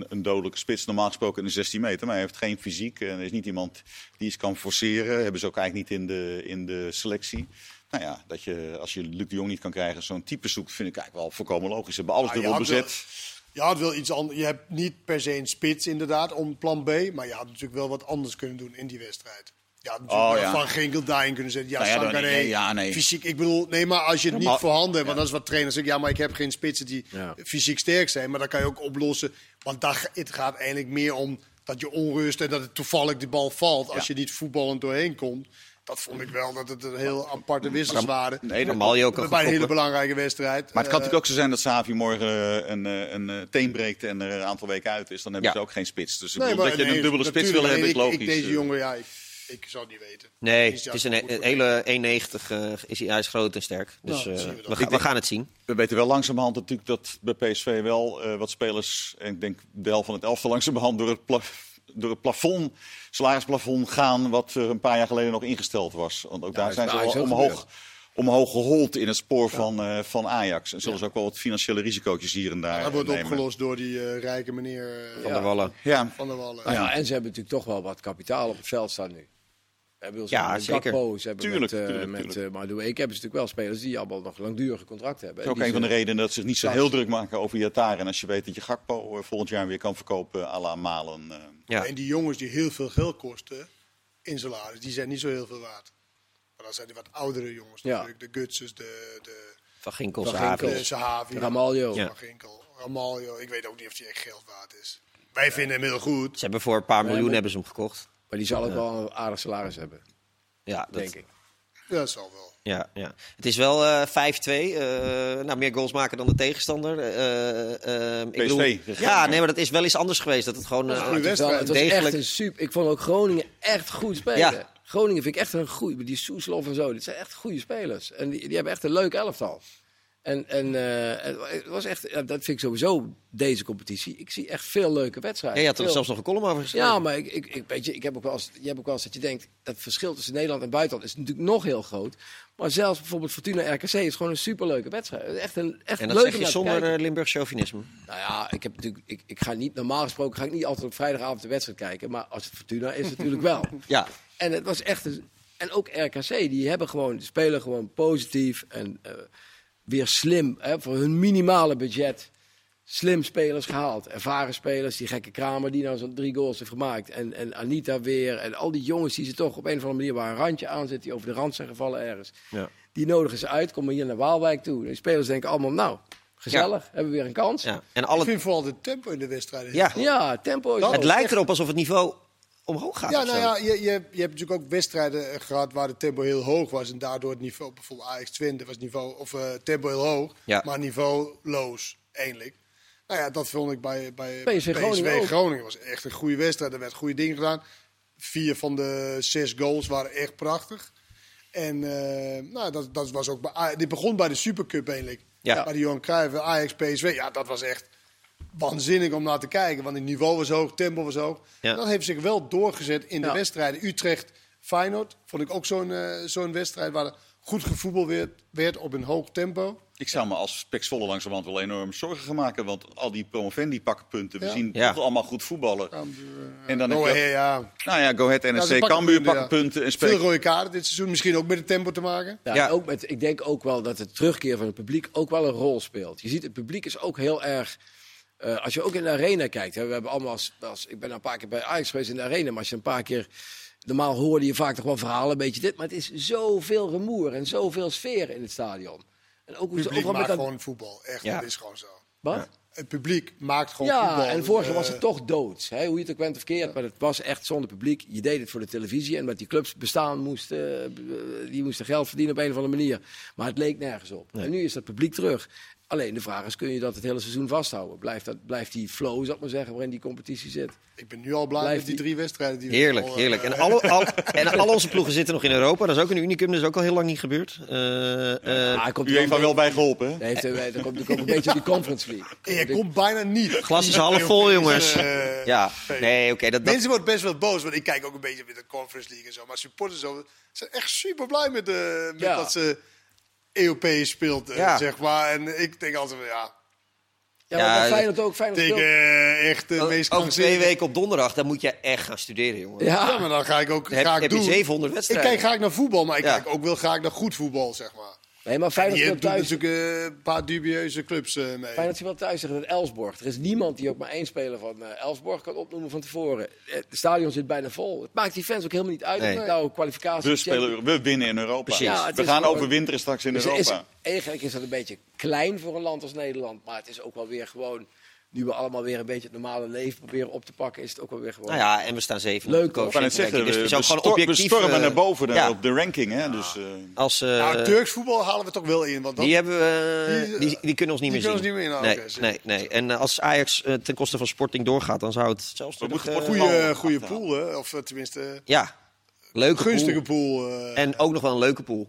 Speaker 3: een, een dodelijke spits, normaal gesproken in de 16 meter. Maar hij heeft geen fysiek en is niet iemand die iets kan forceren. Hebben ze ook eigenlijk niet in de, in de selectie. Nou ja, dat je, als je Luc de Jong niet kan krijgen, zo'n type zoekt, vind ik eigenlijk wel volkomen logisch. Ze hebben alles
Speaker 2: Maar je
Speaker 3: dubbel
Speaker 2: had wel-
Speaker 3: bezet.
Speaker 2: Je had wel iets anders. Je hebt niet per se een spits inderdaad om plan B. Maar je had natuurlijk wel wat anders kunnen doen in die wedstrijd. Ja, natuurlijk
Speaker 3: Oh,
Speaker 2: wel
Speaker 3: ja.
Speaker 2: Van Ginkel daarin kunnen zetten. Ja,
Speaker 3: Nou ja, dan-
Speaker 2: Sangaré,
Speaker 3: nee, ja, nee.
Speaker 2: fysiek. Ik bedoel, nee, maar als je het niet
Speaker 1: maar-
Speaker 2: voorhanden hebt. Want dat is wat trainers zeggen. Ja, maar ik heb geen spitsen die
Speaker 4: Ja.
Speaker 2: fysiek sterk zijn. Maar dat kan je ook oplossen. Want daar, ga- het gaat eigenlijk meer om dat je onrust en dat het toevallig de bal valt. Als
Speaker 3: Ja.
Speaker 2: je niet voetballend doorheen komt. Dat vond ik wel dat het een heel aparte wissels waren.
Speaker 3: Nee, dat-
Speaker 1: Normaal je ook een
Speaker 2: Bij een
Speaker 1: goed
Speaker 2: hele
Speaker 1: kop-
Speaker 2: belangrijke wedstrijd.
Speaker 3: Maar het kan
Speaker 2: Eh,
Speaker 3: natuurlijk ook zo zijn dat Savi morgen eh, een, eh, een eh, teen breekt en er een aantal weken uit is. Dan hebben
Speaker 1: Ja.
Speaker 3: ze ook geen spits. Dus ik
Speaker 2: Nee,
Speaker 3: bedoel,
Speaker 2: maar
Speaker 3: dat je
Speaker 2: nee,
Speaker 3: een dubbele spits wil
Speaker 2: natuurlijk.
Speaker 3: hebben is
Speaker 2: Nee, ik-
Speaker 3: logisch.
Speaker 2: Ik, deze
Speaker 3: eh.
Speaker 2: jongen, ja, ik, ik zou het niet weten.
Speaker 1: Nee,
Speaker 2: Die is
Speaker 1: het is
Speaker 2: juist
Speaker 1: een,
Speaker 2: goed
Speaker 1: een hele 1,90. eh, is hij, hij is groot en sterk. Dus
Speaker 2: Nou,
Speaker 1: eh,
Speaker 2: zien we dan.
Speaker 1: we, gaan- we gaan het zien.
Speaker 3: We weten wel langzamerhand natuurlijk dat bij PSV wel eh, wat spelers... en ik denk de helft van het elftal langzamerhand door het, pla- door het plafond, salarisplafond gaan... wat er een paar jaar geleden nog ingesteld was. Want ook daar
Speaker 4: dat
Speaker 3: zijn
Speaker 4: is
Speaker 3: ze
Speaker 4: bij
Speaker 3: wel
Speaker 4: Ajax ook
Speaker 3: omhoog, omhoog gehold in het spoor van, eh, van Ajax. En zullen ze ook wel wat financiële risicootjes hier en daar
Speaker 2: Dat wordt
Speaker 3: eh, nemen.
Speaker 2: opgelost door die eh, rijke meneer eh,
Speaker 1: Van der Wallen.
Speaker 3: dus- Ja,
Speaker 2: Van der Wallen.
Speaker 4: Nou ja, en ze hebben natuurlijk toch wel wat kapitaal op het veld staan nu. Ja,
Speaker 1: Ja, zeker.
Speaker 4: Ze hebben
Speaker 3: Tuurlijk,
Speaker 4: met, eh,
Speaker 3: tuurlijk,
Speaker 4: met
Speaker 3: tuurlijk.
Speaker 4: eh, Madueke hebben ze natuurlijk wel spelers die allemaal nog langdurige contracten
Speaker 3: Dat is
Speaker 4: hebben. En
Speaker 3: ook een
Speaker 4: Eh, die
Speaker 3: van de
Speaker 4: ze-
Speaker 3: redenen dat ze zich niet zo
Speaker 4: Klas.
Speaker 3: heel druk maken over Jataren. En als je weet dat je Gakpo eh, volgend jaar weer kan verkopen à la Malen. eh.
Speaker 1: Ja.
Speaker 2: En die jongens die heel veel geld kosten in salaris, die zijn niet zo heel veel waard. Maar dan zijn die wat oudere jongens
Speaker 4: Ja.
Speaker 2: natuurlijk. De Gutses, de, de,
Speaker 1: Van Ginkel,
Speaker 4: Van
Speaker 1: Sahavi.
Speaker 4: Ginkel.
Speaker 2: de Sahavi.
Speaker 4: Ramaljo.
Speaker 1: Ja.
Speaker 2: Van Ginkel. Ramaljo. Ik weet ook niet of die echt geld waard is. Wij vinden hem heel goed.
Speaker 1: Ze hebben voor een paar miljoen
Speaker 4: maar-
Speaker 1: hebben ze hem gekocht.
Speaker 4: Maar die zal ook wel een aardig salaris hebben,
Speaker 1: Ja, dat,
Speaker 4: denk ik.
Speaker 2: Ja, dat zal wel.
Speaker 1: Ja, ja. Het is wel eh, 5-2. eh, nou, meer goals maken dan de tegenstander. Eh, eh, ik
Speaker 3: PSV.
Speaker 1: ja, nee, maar dat is wel iets anders geweest. Dat het gewoon eh,
Speaker 2: een goede
Speaker 4: Het was, wel- het was echt
Speaker 1: degelijk-
Speaker 4: een super. Ik vond ook Groningen echt goed spelen.
Speaker 1: Ja.
Speaker 4: Groningen vind ik echt een goede. Die Soeslof en zo, dit zijn echt goede spelers. En die, die hebben echt een leuk elftal. En, en eh, het was echt, ja, dat vind ik sowieso deze competitie. Ik zie echt veel leuke wedstrijden.
Speaker 1: Ja, je had er
Speaker 4: Veel-
Speaker 1: zelfs nog een column over geschreven.
Speaker 4: Ja, maar ik, ik, ik, weet je, ik heb ook wel eens, je hebt ook wel eens dat je denkt, het verschil tussen Nederland en buitenland is natuurlijk nog heel groot. Maar zelfs bijvoorbeeld Fortuna RKC is gewoon een superleuke wedstrijd. Echt een echt
Speaker 1: en dat
Speaker 4: leuk
Speaker 1: zeg
Speaker 4: om
Speaker 1: je
Speaker 4: naar te
Speaker 1: zonder
Speaker 4: kijken.
Speaker 1: eh, Limburg chauvinisme.
Speaker 4: Nou ja, ik heb natuurlijk, ik, ik ga niet, normaal gesproken ga ik niet altijd op vrijdagavond de wedstrijd kijken. Maar als het Fortuna is, natuurlijk wel.
Speaker 1: *laughs* Ja,
Speaker 4: En het was echt. een- en ook RKC, die hebben gewoon, die spelen gewoon positief en eh, weer slim. Hè, voor hun minimale budget slim spelers gehaald. Ervaren spelers, die gekke Kramer die nou zo'n drie goals heeft gemaakt. En, en Anita weer. En al die jongens die ze toch op een of andere manier waar een randje aan zitten, die over de rand zijn gevallen ergens.
Speaker 1: Ja.
Speaker 4: Die nodigen ze uit, komen hier naar Waalwijk toe. De spelers denken allemaal, nou, gezellig, hebben we weer een kans. Ja,
Speaker 1: ja. En
Speaker 2: Ik
Speaker 1: alle,
Speaker 2: vind vooral de tempo in de wedstrijd.
Speaker 1: ja.
Speaker 4: tempo is
Speaker 1: het lijkt erop alsof het niveau omhoog gaat.
Speaker 2: Ja,
Speaker 1: of
Speaker 2: nou
Speaker 1: zo.
Speaker 2: ja, je, je, hebt- je hebt natuurlijk ook wedstrijden eh, gehad waar het tempo heel hoog was. En daardoor het niveau, bijvoorbeeld Ajax 20, was het niveau, of eh, tempo heel hoog,
Speaker 1: Ja.
Speaker 2: maar niveau loos, eindelijk. Nou ja, dat vond ik bij, bij
Speaker 4: PSV Groningen ook.
Speaker 2: Groningen. was echt een goede wedstrijd. Er werd goede dingen gedaan. Vier van de zes goals waren echt prachtig. En eh, nou, dat, dat was ook bij Aj- Dit begon bij de Supercup eigenlijk.
Speaker 1: Ja.
Speaker 2: Bij de Johan Cruijff, Ajax, PSV. Ja, dat was echt waanzinnig om naar te kijken. Want het niveau was hoog, tempo was hoog.
Speaker 1: Ja.
Speaker 2: Dat heeft zich wel doorgezet in de
Speaker 4: Ja.
Speaker 2: wedstrijden. Utrecht, Feyenoord vond ik ook zo'n eh, zo'n wedstrijd waar er goed gevoetbald werd, werd op een hoog tempo.
Speaker 3: Ik zou me als Pexvolle langzamerhand wel enorm zorgen gaan maken. Want al die promovendi pakken punten. We
Speaker 2: Ja.
Speaker 3: zien
Speaker 1: Ja.
Speaker 3: toch allemaal goed voetballen. en dan
Speaker 2: Oh,
Speaker 3: heb je...
Speaker 2: hey, ja.
Speaker 3: Nou ja, Go Ahead, NSC,
Speaker 2: ze pakken
Speaker 3: Cambuur
Speaker 2: punten,
Speaker 3: pakken
Speaker 2: ja.
Speaker 3: punten. En
Speaker 2: Veel
Speaker 3: spelen.
Speaker 2: rode kaarten dit seizoen. Misschien ook met het tempo te maken.
Speaker 4: Ja,
Speaker 1: Ja.
Speaker 4: en Ook met, ik denk ook wel dat de terugkeer van het publiek ook wel een rol speelt. Je ziet, het publiek is ook heel erg. eh, als je ook in de arena kijkt, hè, we hebben allemaal als, als- ik ben een paar keer bij Ajax geweest in de arena, maar als je een paar keer normaal hoorde je vaak toch wel verhalen, een beetje dit, maar het is zoveel rumoer en zoveel sfeer in het stadion. En ook hoe
Speaker 2: Het
Speaker 4: ze
Speaker 2: publiek
Speaker 4: overal met
Speaker 2: maakt
Speaker 4: dat
Speaker 2: gewoon voetbal. Echt,
Speaker 1: Ja.
Speaker 2: dat is gewoon zo.
Speaker 4: wat?
Speaker 2: Het publiek maakt gewoon
Speaker 4: Ja,
Speaker 2: voetbal.
Speaker 4: en vorig jaar
Speaker 2: Eh,
Speaker 4: was het toch dood. Hè? Hoe je het ook bent of verkeerd, maar het was echt zonder publiek. Je deed het voor de televisie en met die clubs bestaan moesten, eh, b- die moesten geld verdienen op een of andere manier. Maar het leek nergens op. En nu is dat publiek terug. Alleen de vraag is, kun je dat het hele seizoen vasthouden? Blijft, dat, blijft die flow, zal ik maar zeggen, waarin die competitie zit?
Speaker 2: Ik ben nu al blij
Speaker 4: Blijft
Speaker 2: met die
Speaker 4: die-
Speaker 2: drie wedstrijden. Die we
Speaker 1: Heerlijk,
Speaker 2: al, eh,
Speaker 1: heerlijk. En al, al, en al onze ploegen zitten nog in Europa. Dat is ook een unicum, dat is ook al heel lang niet gebeurd. Eh, eh,
Speaker 4: Ah, hij komt
Speaker 3: U heeft daar wel bij geholpen, hè?
Speaker 4: Nee, heeft, eh, er komt, er komt een beetje op die Conference League.
Speaker 2: En je komt bijna niet.
Speaker 1: glas is half vol, jongens.
Speaker 2: Eh,
Speaker 1: Ja, nee, oké. dat, dat,
Speaker 2: Mensen worden best wel boos, want ik kijk ook een beetje met de Conference League en zo. Maar supporters zo, zijn echt super blij met, de, met
Speaker 4: Ja.
Speaker 2: dat ze Europees speelt, eh,
Speaker 1: Ja.
Speaker 2: zeg maar. En ik denk altijd, van, ja,
Speaker 4: Ja,
Speaker 1: Ja,
Speaker 4: maar
Speaker 1: dat-
Speaker 4: Feyenoord ook, Feyenoord
Speaker 2: tegen
Speaker 4: speelt.
Speaker 2: eh, echt de meest
Speaker 1: Oh, over twee
Speaker 2: krankzinnige-
Speaker 1: weken op donderdag, dan moet je echt gaan studeren, jongen.
Speaker 4: Ja,
Speaker 2: Ja, maar dan ga ik ook
Speaker 1: Dan heb-
Speaker 2: ga ik
Speaker 1: heb je
Speaker 2: doen.
Speaker 1: 700
Speaker 2: Ik
Speaker 1: wedstrijden.
Speaker 2: kijk graag naar voetbal, maar ik
Speaker 1: Ja.
Speaker 2: kijk ook wel graag naar goed voetbal, zeg maar.
Speaker 4: nee, maar Feyenoord
Speaker 2: Je
Speaker 4: speelt
Speaker 2: doet
Speaker 4: thuis.
Speaker 2: natuurlijk eh, een paar dubieuze clubs eh, mee.
Speaker 4: Feyenoord speelt thuis tegen het Elsborg. Er is niemand die ook maar één speler van eh, Elsborg kan opnoemen van tevoren. Eh, Het stadion zit bijna vol. Het maakt die fans ook helemaal niet uit.
Speaker 1: Nee.
Speaker 4: of het Nou, kwalificatie.
Speaker 3: We, spelen, we winnen in Europa.
Speaker 1: Precies.
Speaker 4: Ja, het
Speaker 3: we
Speaker 4: is
Speaker 3: gaan
Speaker 4: gewoon-
Speaker 3: overwinteren straks in
Speaker 4: Dus er
Speaker 3: Europa.
Speaker 4: is, eigenlijk is dat een beetje klein voor een land als Nederland. Maar het is ook wel weer gewoon. Nu we allemaal weer een beetje het normale leven proberen op te pakken, is het ook wel weer gewoon.
Speaker 1: Nou ja, en we staan zeven.
Speaker 4: Leuk,
Speaker 1: op de
Speaker 4: hoor.
Speaker 3: Ik kan het
Speaker 1: coefficiënt
Speaker 3: zeggen, we,
Speaker 1: ranking. Dus het is ook
Speaker 3: we
Speaker 1: gewoon
Speaker 3: stor- we
Speaker 1: objectief.
Speaker 3: stormen
Speaker 1: eh,
Speaker 3: naar boven daar
Speaker 1: ja,
Speaker 3: op de ranking, hè? Dus, eh,
Speaker 1: Als, eh,
Speaker 2: Nou, Turks voetbal halen we toch wel in, want dat,
Speaker 1: die, hebben we,
Speaker 2: die, eh,
Speaker 1: die, die kunnen ons niet meer
Speaker 2: die kunnen
Speaker 1: zien.
Speaker 2: ons niet meer in,
Speaker 1: nee,
Speaker 2: ah, oké,
Speaker 1: nee, nee. En eh, als Ajax eh, ten koste van Sporting doorgaat, dan zou het zelfs...
Speaker 3: We
Speaker 1: terug,
Speaker 3: moeten-
Speaker 1: eh,
Speaker 2: goede,
Speaker 3: Allemaal
Speaker 2: goede
Speaker 3: achterhaald.
Speaker 2: pool, hè? Of eh, tenminste,
Speaker 1: Ja, leuke
Speaker 2: gunstige
Speaker 1: pool.
Speaker 2: pool. eh.
Speaker 1: En ook nog wel een leuke pool.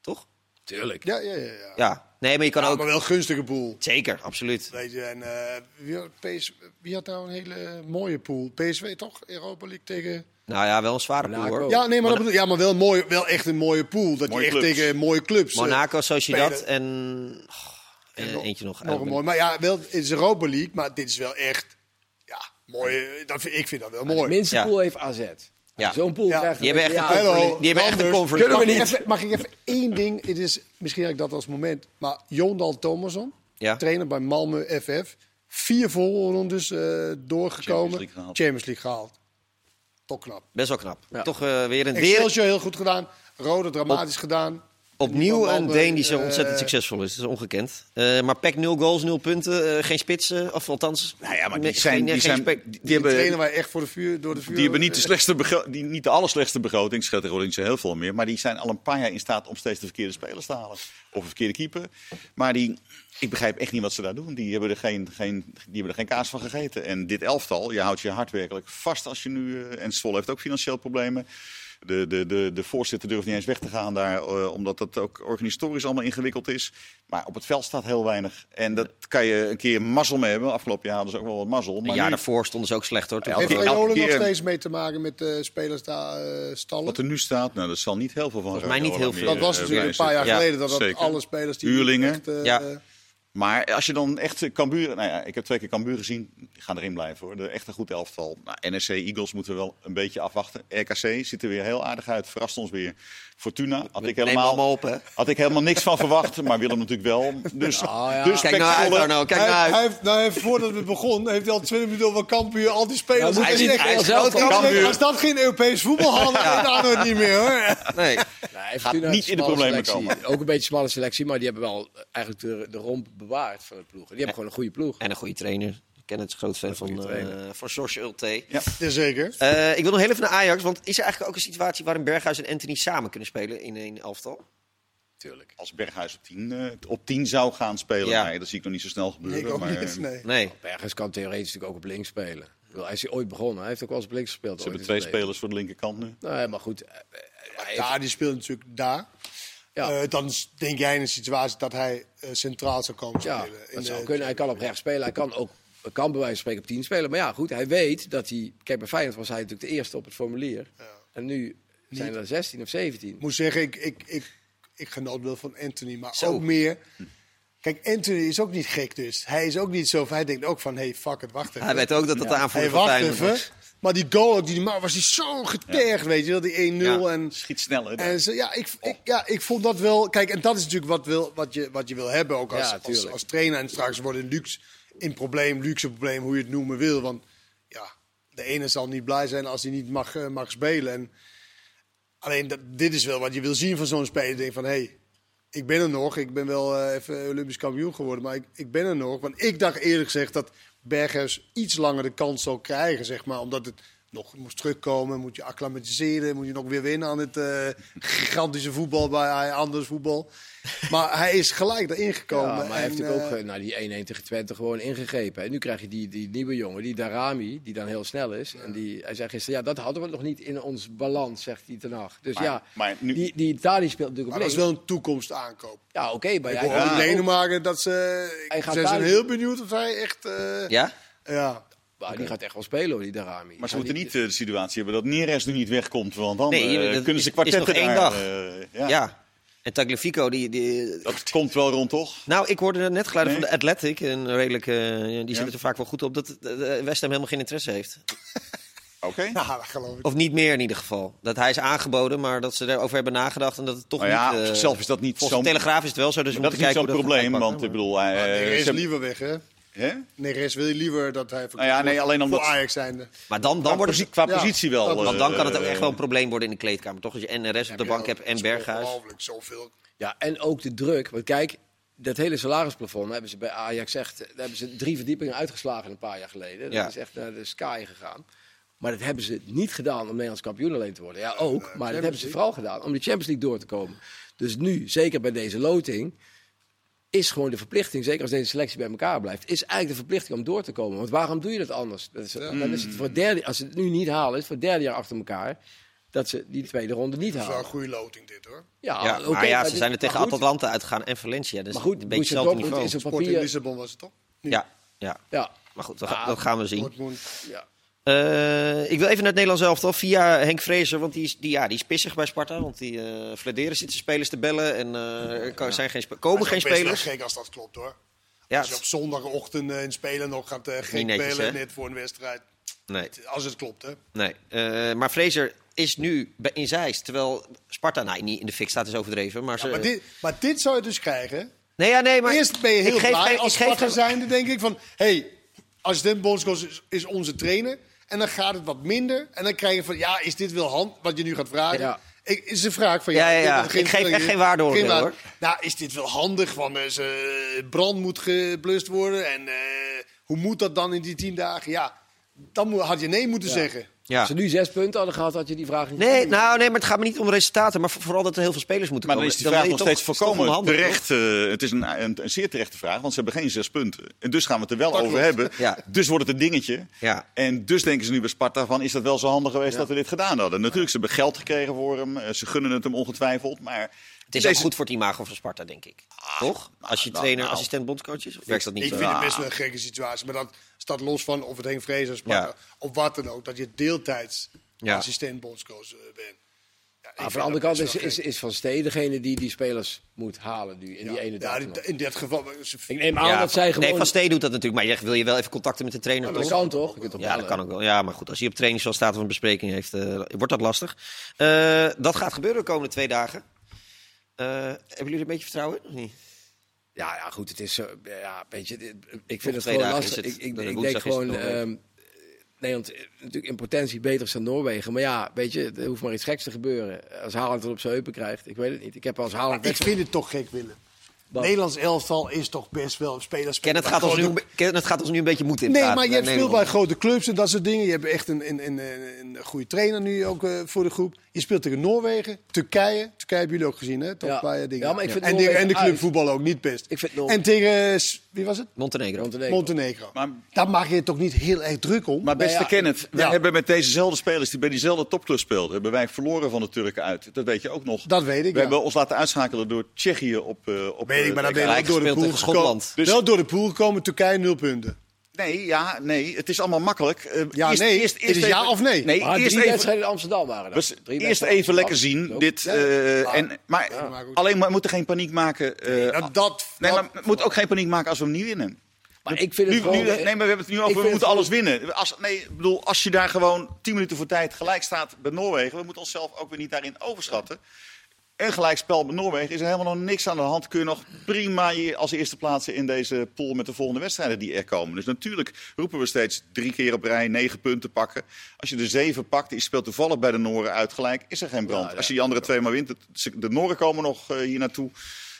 Speaker 1: Toch?
Speaker 4: tuurlijk.
Speaker 2: ja, ja, ja. ja.
Speaker 1: Ja. Nee, maar je kan
Speaker 2: Ja,
Speaker 1: ook...
Speaker 2: maar wel gunstige pool.
Speaker 1: Zeker, absoluut.
Speaker 2: Weet je, en eh, wie, had PS, wie had nou een hele mooie pool? PSV toch? Europa League tegen...
Speaker 1: Nou ja, wel een zware pool
Speaker 4: Monaco.
Speaker 1: hoor.
Speaker 2: Ja, nee, maar, dat bedoel, ja, maar wel, mooi, wel echt een mooie pool. Dat
Speaker 3: Mooie
Speaker 2: je echt
Speaker 3: clubs.
Speaker 2: tegen mooie clubs... eh,
Speaker 1: Monaco, Sociedad
Speaker 2: spelen.
Speaker 1: en... en eentje nog.
Speaker 2: nog een mooi. Maar ja, wel, het is Europa League, maar dit is wel echt... Ja, mooi. eh, Dat vind, ik vind dat wel mooi.
Speaker 4: Minste
Speaker 1: Ja.
Speaker 4: pool heeft AZ.
Speaker 1: Ja.
Speaker 4: Zo'n pool
Speaker 2: Ja.
Speaker 4: krijgt
Speaker 1: Die hebben echt
Speaker 4: ja,
Speaker 1: een
Speaker 2: hallo,
Speaker 1: conference. Die hebben echt een
Speaker 2: anders.
Speaker 1: conference.
Speaker 4: Kunnen we
Speaker 2: Mag ik
Speaker 4: niet.
Speaker 2: even- Mag ik even één ding? Het is, misschien had ik dat als moment. Maar Jondal Thomasson,
Speaker 1: Ja.
Speaker 2: trainer bij Malmö FF. Vier voorrondes eh doorgekomen.
Speaker 3: Champions League gehaald.
Speaker 2: Champions League gehaald. Toch knap.
Speaker 1: Best wel knap.
Speaker 4: Ja.
Speaker 1: Toch eh, weer een wereld.
Speaker 2: Excelsior heel goed gedaan. Rode dramatisch gedaan.
Speaker 1: Opnieuw een
Speaker 2: Malmö,
Speaker 1: Deen die zo
Speaker 2: eh,
Speaker 1: ontzettend succesvol is. Dat is ongekend. Eh, maar PEC 0 goals, 0 punten. eh, geen spitsen. Of althans...
Speaker 3: nou ja, maar
Speaker 1: nee,
Speaker 3: die zijn...
Speaker 1: geen-
Speaker 3: Die,
Speaker 1: geen
Speaker 3: zijn,
Speaker 1: spe-
Speaker 3: die,
Speaker 2: Die trainen
Speaker 3: hebben,
Speaker 2: wij echt voor de vuur, door de vuur.
Speaker 3: die hebben niet de, slechtste begro- die, niet de allerslechtste begroting. Het scheelt tegenwoordig niet zo heel veel meer. Maar die zijn al een paar jaar in staat om steeds de verkeerde spelers te halen. Of een verkeerde keeper. Maar die... Ik begrijp echt niet wat ze daar doen. Die hebben, er geen, geen, die hebben er geen kaas van gegeten. En dit elftal, je houdt je hard werkelijk vast als je nu... eh, en Zwolle heeft ook financieel problemen. De, de, de, de voorzitter durft niet eens weg te gaan daar, eh, omdat dat ook organisatorisch allemaal ingewikkeld is. Maar op het veld staat heel weinig. En dat kan je een keer mazzel mee hebben. Afgelopen jaar hadden ze ook wel wat mazzel.
Speaker 1: Een
Speaker 3: Maar
Speaker 1: jaar
Speaker 3: nu-
Speaker 1: daarvoor stonden ze ook slecht hoor. Toen
Speaker 3: Ja,
Speaker 1: hadden
Speaker 2: Heeft
Speaker 1: we-
Speaker 3: elke
Speaker 2: Jolen nog
Speaker 3: keer-
Speaker 2: steeds mee te maken met eh spelers daar eh, stallen?
Speaker 3: wat er nu staat, nou, dat zal niet heel veel van
Speaker 1: Volgens mij niet heel veel.
Speaker 2: dat was natuurlijk een paar jaar
Speaker 1: Ja,
Speaker 2: geleden dat, dat
Speaker 3: zeker.
Speaker 2: alle spelers die
Speaker 3: Huurlingen.
Speaker 2: echt, eh,
Speaker 1: Ja.
Speaker 2: eh,
Speaker 3: Maar als je dan echt eh, Cambuur... Nou ja, ik heb twee keer Cambuur gezien. Die gaan erin blijven hoor. De echt een goed elftal. Nou, NSC, Eagles moeten we wel een beetje afwachten. RKC ziet er weer heel aardig uit. Verrast ons weer. Fortuna had ik
Speaker 1: Neem allemaal
Speaker 3: helemaal,
Speaker 1: op, hè?
Speaker 3: had ik helemaal niks van verwacht. Maar Willem natuurlijk wel. Dus, dus
Speaker 1: Kijk nou uit,
Speaker 3: Pek Zwolle-
Speaker 1: Arno. Kijk
Speaker 2: hij,
Speaker 1: nou
Speaker 2: hij
Speaker 1: uit.
Speaker 2: heeft, nou, hij heeft, voordat we begonnen, heeft hij al 20 minuten over Kampuur, al die spelers.
Speaker 4: Nou, moet
Speaker 2: Hij
Speaker 4: hij
Speaker 2: zegt,
Speaker 4: niet- hij
Speaker 2: als-
Speaker 4: zelf
Speaker 2: als-
Speaker 4: kan
Speaker 2: als-
Speaker 3: Cambuur.
Speaker 2: Als dat geen Europees voetbal had, dan weet Arno het niet meer hoor.
Speaker 1: Nee.
Speaker 4: Nee,
Speaker 3: Gaat
Speaker 4: Fortuna
Speaker 3: niet in de
Speaker 4: smalle
Speaker 3: problemen
Speaker 4: selectie. Ook een beetje smalle selectie, maar die hebben wel eh, eigenlijk de, de romp bewaard van de ploeg. Die hebben gewoon een goede ploeg.
Speaker 1: En een goede trainer. Kenneth is groot fan van, eh van George Ulte.
Speaker 2: Jazeker.
Speaker 1: Eh, ik wil nog heel even naar Ajax, want is er eigenlijk ook een situatie waarin Berghuis en Anthony samen kunnen spelen in één elftal?
Speaker 4: Natuurlijk.
Speaker 3: Als Berghuis op 10 eh, op 10 zou gaan spelen.
Speaker 1: Ja.
Speaker 3: Nee, dat zie ik nog niet zo snel gebeuren.
Speaker 2: Ik ook
Speaker 3: maar,
Speaker 2: niet,
Speaker 3: eh,
Speaker 2: nee.
Speaker 1: Nee.
Speaker 4: Bergers kan theoretisch natuurlijk ook op links spelen. Ik bedoel, Hij is hier ooit begonnen. Hij heeft ook wel eens op links gespeeld.
Speaker 3: Ze
Speaker 4: ooit
Speaker 3: hebben
Speaker 4: in
Speaker 3: twee
Speaker 4: het verleden.
Speaker 3: spelers voor de linkerkant nu.
Speaker 4: Nee, maar goed. eh, eh, hij heeft-
Speaker 2: Ja, die speelt natuurlijk daar.
Speaker 4: Ja.
Speaker 2: Eh, dan s- denk jij in een situatie dat hij eh, centraal zou komen
Speaker 4: Ja,
Speaker 2: spelen. In
Speaker 4: dat
Speaker 2: de-
Speaker 4: zou kunnen. Hij kan op rechts spelen. Hij kan ook kan bij wijze van spreken op 10 spelen. Maar ja, goed, hij weet dat hij... Kijk, bij Feyenoord was hij natuurlijk de eerste op het formulier. En nu zijn er 16 of 17.
Speaker 2: Ik moet zeggen, ik, ik, ik, ik genoot wel van Anthony, maar
Speaker 1: Zo.
Speaker 2: ook meer... Kijk, Anthony is ook niet gek dus. Hij is ook niet zo van, hij denkt ook van, hey, fuck het, wacht even.
Speaker 1: Hij weet ook dat dat de
Speaker 2: Hey,
Speaker 1: aanvoerder van
Speaker 2: wacht
Speaker 1: Feyenoord
Speaker 2: even.
Speaker 1: was.
Speaker 2: Maar die goal ook die hij maakte, was hij zo getergd, weet je wel, die 1-0.
Speaker 3: Ja,
Speaker 2: en,
Speaker 3: Schiet snel. hè.
Speaker 2: en ze, ja, ik, ik, ja, ik vond dat wel... Kijk, en dat is natuurlijk wat, wil, wat, je, wat je wil hebben, ook als,
Speaker 4: Ja,
Speaker 2: als,
Speaker 4: tuurlijk.
Speaker 2: als trainer. En straks worden luxe, in probleem, luxe probleem, hoe je het noemen wil. Want ja, de ene zal niet blij zijn als hij niet mag, eh, mag spelen. En alleen, dat, dit is wel wat je wil zien van zo'n speler. Denk van, hé, hey, ik ben er nog. Ik ben wel eh, even Olympisch kampioen geworden, maar ik, ik ben er nog. Want ik dacht eerlijk gezegd dat Berghuis iets langer de kans zal krijgen, zeg maar. Omdat het nog moest terugkomen, moet je acclimatiseren, moet je nog weer winnen aan het eh, gigantische voetbal bij anders voetbal. Maar hij is gelijk erin gekomen.
Speaker 4: Ja, maar hij heeft
Speaker 2: en,
Speaker 4: natuurlijk ook
Speaker 2: eh,
Speaker 4: eh, nou, die 1-1 tegen Twente gewoon ingegrepen. En nu krijg je die, die nieuwe jongen, die Darami, die dan heel snel is. En die, hij zei gisteren, ja, dat hadden we nog niet in ons balans, zegt hij ten acht. Dus
Speaker 3: Maar-
Speaker 4: ja,
Speaker 3: maar nu-
Speaker 4: die, die Italië speelt natuurlijk
Speaker 2: Maar
Speaker 4: op
Speaker 2: dat is
Speaker 4: links.
Speaker 2: wel een toekomst aankoop.
Speaker 4: Ja, oké, maar
Speaker 2: Ik
Speaker 4: jij...
Speaker 2: hoor
Speaker 4: Ja,
Speaker 2: in Denemarken dat ze...
Speaker 4: Hij
Speaker 2: Ik
Speaker 4: gaat
Speaker 2: zijn ze
Speaker 4: daar-
Speaker 2: heel benieuwd of hij echt... eh,
Speaker 1: Ja?
Speaker 2: ja.
Speaker 4: maar die gaat echt wel spelen, hoor, die Darami.
Speaker 3: Maar ze
Speaker 4: Ja,
Speaker 3: moeten
Speaker 4: die-
Speaker 3: niet eh, de situatie hebben dat Neres nu niet wegkomt. Want dan
Speaker 1: Nee,
Speaker 3: eh,
Speaker 1: dat
Speaker 3: kunnen
Speaker 1: is-
Speaker 3: ze
Speaker 1: is
Speaker 3: kwartetten
Speaker 1: nog één
Speaker 3: daar,
Speaker 1: dag.
Speaker 3: eh,
Speaker 1: Ja.
Speaker 3: ja.
Speaker 1: En Tagliafico, die, die...
Speaker 3: Dat komt wel rond, toch?
Speaker 1: Nou, ik hoorde net geluiden
Speaker 3: Nee.
Speaker 1: van de Athletic, een redelijk, eh, die zitten
Speaker 3: Ja.
Speaker 1: er vaak wel goed op, dat eh, West Ham helemaal geen interesse heeft.
Speaker 3: Oké.
Speaker 1: dus
Speaker 2: Nou, dat geloof ik.
Speaker 1: Of niet meer in ieder geval. Dat hij is aangeboden, maar dat ze daarover hebben nagedacht en dat het toch
Speaker 3: Nou ja,
Speaker 1: niet...
Speaker 3: op
Speaker 1: eh,
Speaker 3: zichzelf is dat niet
Speaker 1: Volgens de
Speaker 3: zo'n-
Speaker 1: Telegraaf is het wel zo, dus we
Speaker 3: dat is
Speaker 1: moeten
Speaker 3: niet
Speaker 1: kijken
Speaker 3: zo'n
Speaker 1: hoe dat gaat
Speaker 3: probleer,
Speaker 1: uitpakken,
Speaker 3: want ik
Speaker 1: maar-
Speaker 3: bedoel... eh,
Speaker 2: Neres
Speaker 3: ze hebben-
Speaker 2: liever weg, hè?
Speaker 3: hè?
Speaker 2: Neres wil je liever dat hij...
Speaker 3: Nou ja, nee, alleen omdat-
Speaker 2: Voor Ajax zijnde.
Speaker 1: Maar dan, dan
Speaker 3: Qua
Speaker 1: wordt
Speaker 3: posi-
Speaker 1: het...
Speaker 3: qua
Speaker 2: Ja.
Speaker 3: positie wel.
Speaker 2: Want
Speaker 1: Want
Speaker 3: eh,
Speaker 1: dan kan het ook
Speaker 3: eh,
Speaker 1: echt wel een probleem worden in de kleedkamer, toch? Als je en rest op de bank hebt en Berghuis.
Speaker 2: Ongelooflijk, zoveel.
Speaker 4: Ja, en ook de druk. Want kijk, dat hele salarisplafond hebben ze bij Ajax echt... Daar hebben ze drie verdiepingen uitgeslagen een paar jaar geleden.
Speaker 1: Ja.
Speaker 4: Dat is echt naar de sky gegaan. Maar dat hebben ze niet gedaan om Nederlands kampioen alleen te worden. Ja, ook. Maar dat hebben ze vooral gedaan om de Champions League door te komen. Dus nu, zeker bij deze loting, is gewoon de verplichting... zeker als deze selectie bij elkaar blijft... is eigenlijk de verplichting om door te komen. Want waarom doe je dat anders? Dat is, dan is het voor het derde, als ze het nu niet halen, is het voor het derde jaar achter elkaar... dat ze die tweede ronde niet
Speaker 2: Dat is wel een
Speaker 4: halen.
Speaker 2: goede loting dit, hoor.
Speaker 1: Ja, maar
Speaker 4: oké,
Speaker 1: ja,
Speaker 4: maar
Speaker 1: ze
Speaker 4: dit-
Speaker 1: zijn er
Speaker 4: maar
Speaker 1: tegen
Speaker 4: goed.
Speaker 1: Atalanta uitgegaan en Valencia. Dus
Speaker 4: Maar goed,
Speaker 1: een beetje
Speaker 4: Borussia
Speaker 1: hetzelfde
Speaker 4: Dortmund
Speaker 1: niveau.
Speaker 4: is op
Speaker 2: Sport in
Speaker 4: papier...
Speaker 2: Lissabon was het toch?
Speaker 1: Ja, ja.
Speaker 4: Ja,
Speaker 1: Maar goed, dat, ga- dat gaan we zien.
Speaker 2: Dortmund.
Speaker 4: ja.
Speaker 1: Eh, ik wil even naar het Nederlands elftal via Henk Vrezer. Want die is, die, ja, die is pissig bij Sparta. Want die eh fladeren zitten spelers te bellen. En eh, er ko- zijn geen spe- komen
Speaker 2: Dat
Speaker 1: geen
Speaker 2: is best wel
Speaker 1: spelers.
Speaker 2: gek als dat klopt, hoor.
Speaker 1: Ja,
Speaker 2: Als je op zondagochtend eh, een speler nog gaat eh gek
Speaker 1: netjes, hè?
Speaker 2: bellen net voor een wedstrijd.
Speaker 1: nee,
Speaker 2: Als het klopt, hè.
Speaker 1: nee. Eh, maar Vrezer is nu bij- in Zeist. Terwijl Sparta, nou niet in de fik staat, is overdreven. Maar, ze,
Speaker 2: Maar dit, maar dit zou je dus krijgen.
Speaker 1: nee, ja, nee, maar
Speaker 2: Eerst ben je heel
Speaker 1: ik geef
Speaker 2: blij
Speaker 1: geen-
Speaker 2: als
Speaker 1: ik geef
Speaker 2: Sparta
Speaker 1: geen-
Speaker 2: zijnde, denk ik, van... hey, assistent bondscoach is, is onze trainer. En dan gaat het wat minder. En dan krijg je van, ja, is dit wel hand? Wat je nu gaat vragen.
Speaker 4: Ja.
Speaker 2: Ik, is een vraag van
Speaker 1: Ja,
Speaker 2: jou.
Speaker 1: ja, ja.
Speaker 2: wil
Speaker 1: Ik geef echt geen waardeoordeel,
Speaker 2: waarde.
Speaker 1: hoor.
Speaker 2: Nou, is dit wel handig? Want eh, ze- brand moet geblust worden. En eh, hoe moet dat dan in die tien dagen? Ja, dan mo- had je nee moeten zeggen.
Speaker 1: Ja.
Speaker 4: Als ze nu zes punten hadden gehad, had je die vraag niet
Speaker 1: Nee,
Speaker 4: gesteld.
Speaker 1: nou, nee, maar het gaat me niet om resultaten, maar voor- vooral dat er heel veel spelers moeten
Speaker 3: Maar dan
Speaker 1: komen.
Speaker 3: is die vraag
Speaker 1: wil je
Speaker 3: nog steeds
Speaker 1: toch- is toch
Speaker 3: voorkomen
Speaker 1: onhandig,
Speaker 3: terecht. eh, het is een, een, een zeer terechte vraag, want ze hebben geen zes punten. En dus gaan we het er wel over hebben.
Speaker 1: Ja.
Speaker 3: Dus wordt het een dingetje.
Speaker 1: Ja.
Speaker 3: En dus denken ze nu bij Sparta van, is dat wel zo handig geweest dat we dit gedaan hadden? Natuurlijk, ze hebben geld gekregen voor hem. eh, Ze gunnen het hem ongetwijfeld. Maar
Speaker 1: Het is ook goed voor het imago van Sparta, denk ik. Toch? Als je
Speaker 3: nou,
Speaker 1: trainer,
Speaker 3: nou.
Speaker 1: assistent, bondscoach is? Of werkt dat niet
Speaker 2: Ik
Speaker 1: zo?
Speaker 2: vind het best wel een gekke situatie. Maar dat staat los van of het Henk Vrees is, maar
Speaker 1: Ja.
Speaker 2: of wat dan ook. Dat je deeltijds
Speaker 1: Ja.
Speaker 2: assistent bondscoach eh, bent. Ja, ik
Speaker 4: Maar
Speaker 2: vind
Speaker 4: Ah, van de
Speaker 2: dat
Speaker 4: andere kant
Speaker 2: best
Speaker 4: is,
Speaker 2: wel
Speaker 4: is,
Speaker 2: gek.
Speaker 4: is Van Steen degene die die spelers moet halen nu. In die ene
Speaker 2: Ja,
Speaker 4: dag
Speaker 2: in-
Speaker 4: nog.
Speaker 2: in dit geval... eh, ze-
Speaker 4: Ik neem aan dat zij
Speaker 1: nee,
Speaker 4: gewoon...
Speaker 1: Van Steen doet dat natuurlijk, maar je wil je wel even contacten met de trainer,
Speaker 4: dat
Speaker 1: toch?
Speaker 4: kan toch? Je kunt toch
Speaker 1: Ja, dat
Speaker 4: bellen?
Speaker 1: kan ook wel. Ja, maar goed, als hij op training zoals staat van bespreking heeft, eh, wordt dat lastig. Eh, dat gaat gebeuren de komende twee dagen. Eh, hebben jullie er een beetje vertrouwen in? Of niet?
Speaker 4: Ja, ja, goed, het is zo. Ja, weet je, dit- ik
Speaker 1: Nog
Speaker 4: vind het
Speaker 1: twee
Speaker 4: gewoon
Speaker 1: dagen
Speaker 4: lastig.
Speaker 1: is het.
Speaker 4: Ik, ik,
Speaker 1: Dan
Speaker 4: ik
Speaker 1: woensdag
Speaker 4: denk
Speaker 1: is het
Speaker 4: gewoon.
Speaker 1: Noorwegen.
Speaker 4: ehm, Nederland is natuurlijk in potentie beter is dan Noorwegen. Maar ja, weet je, er hoeft maar iets geks te gebeuren. Als Haaland het op zijn heupen krijgt, ik weet het niet. Ik heb als Haaland
Speaker 2: Ik
Speaker 4: wedstrijd-
Speaker 2: vind het toch gek, Willem.
Speaker 4: Wat?
Speaker 2: Nederlands elftal is toch best wel spelers.
Speaker 1: Kenneth gaat, ons nu, een be- Kenneth gaat ons nu een beetje moed in.
Speaker 2: Nee, maar je hebt speelt bij grote clubs en dat soort dingen. Je hebt echt een, een, een, een een goede trainer nu ook eh, voor de groep. Je speelt tegen Noorwegen, Turkije. Turkije hebben jullie ook gezien, hè? Toch
Speaker 4: Ja.
Speaker 2: een paar eh, dingen.
Speaker 4: Ja, maar ik vind
Speaker 2: en, de, en de
Speaker 4: Noorwegen uit.
Speaker 2: clubvoetbal ook niet best.
Speaker 4: Ik vind Noor-
Speaker 2: en tegen, eh, s- wie was het?
Speaker 1: Montenegro.
Speaker 4: Montenegro.
Speaker 2: Montenegro.
Speaker 3: Maar-
Speaker 2: Daar maak je je toch niet heel erg druk om?
Speaker 3: Maar beste
Speaker 4: Nou ja,
Speaker 3: Kenneth, we
Speaker 2: ja.
Speaker 3: hebben met dezezelfde spelers die bij diezelfde topclub speelden, hebben wij verloren van de Turken uit. Dat weet je ook nog.
Speaker 2: Dat weet ik,
Speaker 3: We
Speaker 2: ja.
Speaker 3: hebben ons laten uitschakelen door Tsjechië op. eh, op
Speaker 2: Weet ik, maar
Speaker 3: eh,
Speaker 2: dan ben je
Speaker 1: Gelijk
Speaker 2: wel door de
Speaker 1: gespeeld
Speaker 2: pool
Speaker 1: tegen
Speaker 2: gekomen.
Speaker 1: Schotland.
Speaker 3: Dus-
Speaker 2: Wel door de pool gekomen, Turkije nul punten.
Speaker 3: Nee, ja, nee. Het is allemaal makkelijk. Eh,
Speaker 2: Ja, nee. Het is ja of nee?
Speaker 3: Nee,
Speaker 4: Maar
Speaker 3: eerst
Speaker 4: drie
Speaker 3: even,
Speaker 4: wedstrijden in Amsterdam waren dat.
Speaker 3: Dus
Speaker 4: Drie
Speaker 3: eerst
Speaker 4: wedstrijden
Speaker 3: even
Speaker 4: in
Speaker 3: lekker
Speaker 4: Amsterdam.
Speaker 3: zien. Dit,
Speaker 2: Ja.
Speaker 3: eh, en, maar
Speaker 2: Ja. Maar goed.
Speaker 3: alleen maar we moeten geen paniek maken. eh,
Speaker 2: dat- dat-
Speaker 3: nee, maar
Speaker 2: dat-
Speaker 3: we moeten ook geen paniek maken als we hem niet winnen.
Speaker 4: Maar ik vind
Speaker 3: Nu,
Speaker 4: het
Speaker 3: nu,
Speaker 4: gewoon...
Speaker 3: nee, maar we hebben het nu
Speaker 4: ik
Speaker 3: over. We
Speaker 4: vind
Speaker 3: moeten
Speaker 4: het
Speaker 3: alles winnen. Als, nee, ik bedoel, als je daar gewoon 10 minuten voor tijd gelijk staat bij Noorwegen. We moeten onszelf ook weer niet daarin overschatten. Een gelijkspel bij Noorwegen is er helemaal nog niks aan de hand. Kun je nog prima je als eerste plaatsen in deze pool met de volgende wedstrijden die er komen. Dus natuurlijk roepen we steeds drie keer op rij negen punten pakken. Als je de zeven pakt, die speelt toevallig bij de Nooren uit gelijk, is er geen brand. Als je die andere twee maar wint, het- ze- de Nooren komen nog eh, hier naartoe.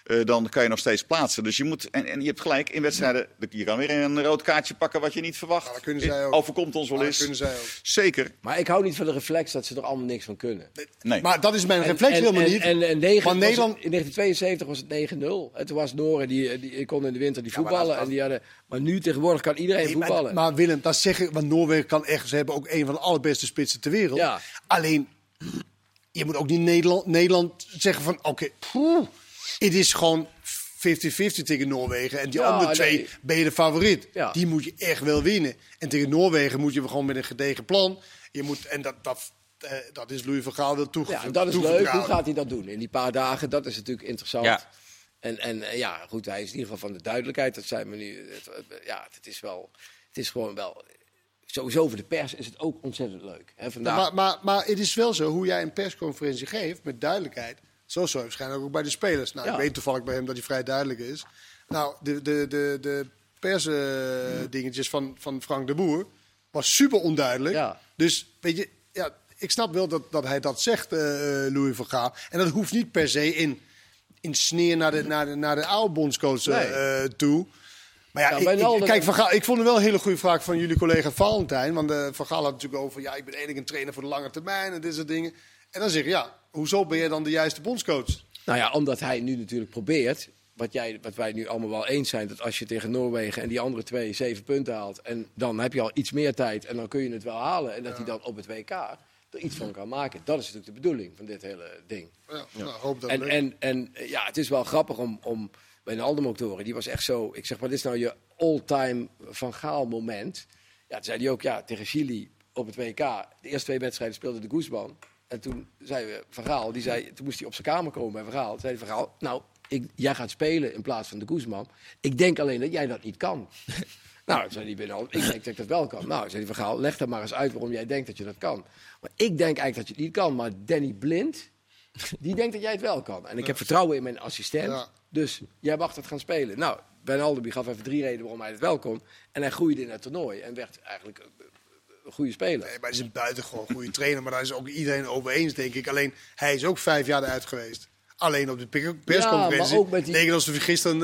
Speaker 3: eh, dan kan je nog steeds plaatsen. Dus je moet, en, en je hebt gelijk, in wedstrijden, je kan weer een rood kaartje pakken wat je niet verwacht.
Speaker 2: Ja, dat kunnen zij ook.
Speaker 3: Overkomt ons wel
Speaker 2: Ja, dat
Speaker 3: eens.
Speaker 2: kunnen zij ook.
Speaker 3: Zeker.
Speaker 4: Maar ik hou niet van de reflex dat ze er allemaal niks van kunnen.
Speaker 3: Nee.
Speaker 2: Maar dat is mijn reflex
Speaker 4: en,
Speaker 2: helemaal
Speaker 4: en,
Speaker 2: niet.
Speaker 4: En, en, negen-
Speaker 2: maar Nederland,
Speaker 4: was het- in 1972 was het 9-0. En toen was Noren, die, die, die kon in de winter die
Speaker 2: maar dat-
Speaker 4: voetballen.
Speaker 2: dat-
Speaker 4: en die hadden, maar nu tegenwoordig kan iedereen
Speaker 2: Nee, maar,
Speaker 4: voetballen.
Speaker 2: maar Willem, dat zeg ik, want Noorwegen kan echt, ze hebben ook een van de allerbeste spitsen ter wereld.
Speaker 4: Ja.
Speaker 2: Alleen, je moet ook niet Nederland, Nederland zeggen van, oké, poeh, het is gewoon 50-50 tegen Noorwegen. En die
Speaker 4: Ja,
Speaker 2: andere twee
Speaker 4: nee.
Speaker 2: ben je de favoriet.
Speaker 4: Ja.
Speaker 2: Die moet je echt wel winnen. En tegen Noorwegen moet je gewoon met een gedegen plan. Je moet, en dat, dat, eh, dat is Louis van Gaal wel toege-
Speaker 4: ja, en dat is leuk.
Speaker 2: toevertrouwd.
Speaker 4: Hoe gaat hij dat doen? In die paar dagen, dat is natuurlijk interessant.
Speaker 1: Ja.
Speaker 4: En, en eh, ja, goed, hij is in ieder geval van de duidelijkheid. Dat zijn we nu. het- het- eh, ja, het is wel. Het is gewoon wel. Sowieso voor de pers is het ook ontzettend leuk. Hè, vandaag,
Speaker 2: Maar, maar, maar het is wel zo, hoe jij een persconferentie geeft met duidelijkheid. Zo zo waarschijnlijk ook bij de spelers. Nou,
Speaker 4: Ja.
Speaker 2: ik weet toevallig bij hem dat hij vrij duidelijk is. Nou, de, de, de, de persdingetjes van, van Frank de Boer was super onduidelijk.
Speaker 4: Ja.
Speaker 2: Dus weet je, ja, ik snap wel dat, dat hij dat zegt, eh Louis van Gaal. En dat hoeft niet per se in, in sneer naar de, naar de, naar de oude bondscoach eh,
Speaker 4: Nee.
Speaker 2: eh, toe. Maar ja,
Speaker 4: Ja,
Speaker 2: ik- ik,
Speaker 4: Wijnaldum-
Speaker 2: kijk, Van Gaal, ik vond het wel een hele goede vraag van jullie collega Valentijn. Want eh Van Gaal had het natuurlijk over, ja, ik ben eigenlijk een trainer voor de lange termijn en dit soort dingen. En dan zeg je, ja, hoezo ben jij dan de juiste bondscoach?
Speaker 4: Nou ja, omdat hij nu natuurlijk probeert. Wat, jij, wat wij nu allemaal wel eens zijn, dat als je tegen Noorwegen en die andere twee zeven punten haalt. en dan heb je al iets meer tijd en dan kun je het wel halen. en dat hij dan op het WK er iets van kan maken. Dat is natuurlijk de bedoeling van dit hele ding.
Speaker 2: Ja, Nou, hoop dat het
Speaker 4: En,
Speaker 2: lukt.
Speaker 4: en, en eh, ja, het is wel grappig om, om bij Aldem ook te horen. Die was echt zo, ik zeg, wat is nou je all-time Van Gaal moment? Ja, toen zei hij ook, ja, tegen Chili op het WK. De eerste twee wedstrijden speelde de Guzman. En toen zei we, Van Gaal, die zei, toen moest hij op zijn kamer komen bij Van Gaal. Toen zei hij, Van Gaal, nou, ik, jij gaat spelen in plaats van de Guzman. Ik denk alleen dat jij dat niet kan. *laughs* Nou, toen zei die binnen ik denk dat ik dat wel kan. Nou, zei die Van Gaal, leg dat maar eens uit waarom jij denkt dat je dat kan. Maar ik denk eigenlijk dat je het niet kan. Maar Danny Blind, die denkt dat jij het wel kan. En ik heb vertrouwen in mijn assistent.
Speaker 2: Ja.
Speaker 4: Dus jij mag dat gaan spelen. Nou, Ben Alderby gaf even drie redenen waarom hij het wel kon. En hij groeide in het toernooi en werd eigenlijk eh, een goede speler.
Speaker 2: Nee, maar hij is een buitengewoon goede *laughs* trainer, maar daar is ook iedereen over eens, denk ik. Alleen, hij is ook vijf jaar eruit geweest. Alleen op de pik- persconferentie.
Speaker 4: maar ook met die-
Speaker 2: denk ik, als we gisteren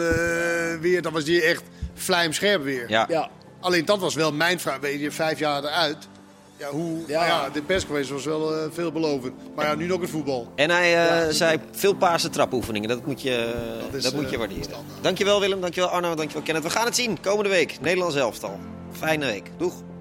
Speaker 2: eh, weer, dan was hij echt vlijmscherp weer.
Speaker 1: Ja.
Speaker 4: Ja,
Speaker 2: Alleen dat was wel mijn vraag. Weet je, vijf jaar eruit. Ja, hoe, nou
Speaker 4: Ja.
Speaker 2: ja. de persconferentie was wel eh, veelbelovend. Maar ja, nu nog het voetbal.
Speaker 1: En hij eh, zei veel paarse trapoefeningen. Dat moet je, dat
Speaker 2: Dat is,
Speaker 1: moet je
Speaker 2: eh,
Speaker 1: waarderen.
Speaker 2: standaard.
Speaker 1: Dankjewel Willem, dankjewel Arno, dankjewel Kenneth. We gaan het zien komende week. Nederlands elftal. Fijne week. Doeg.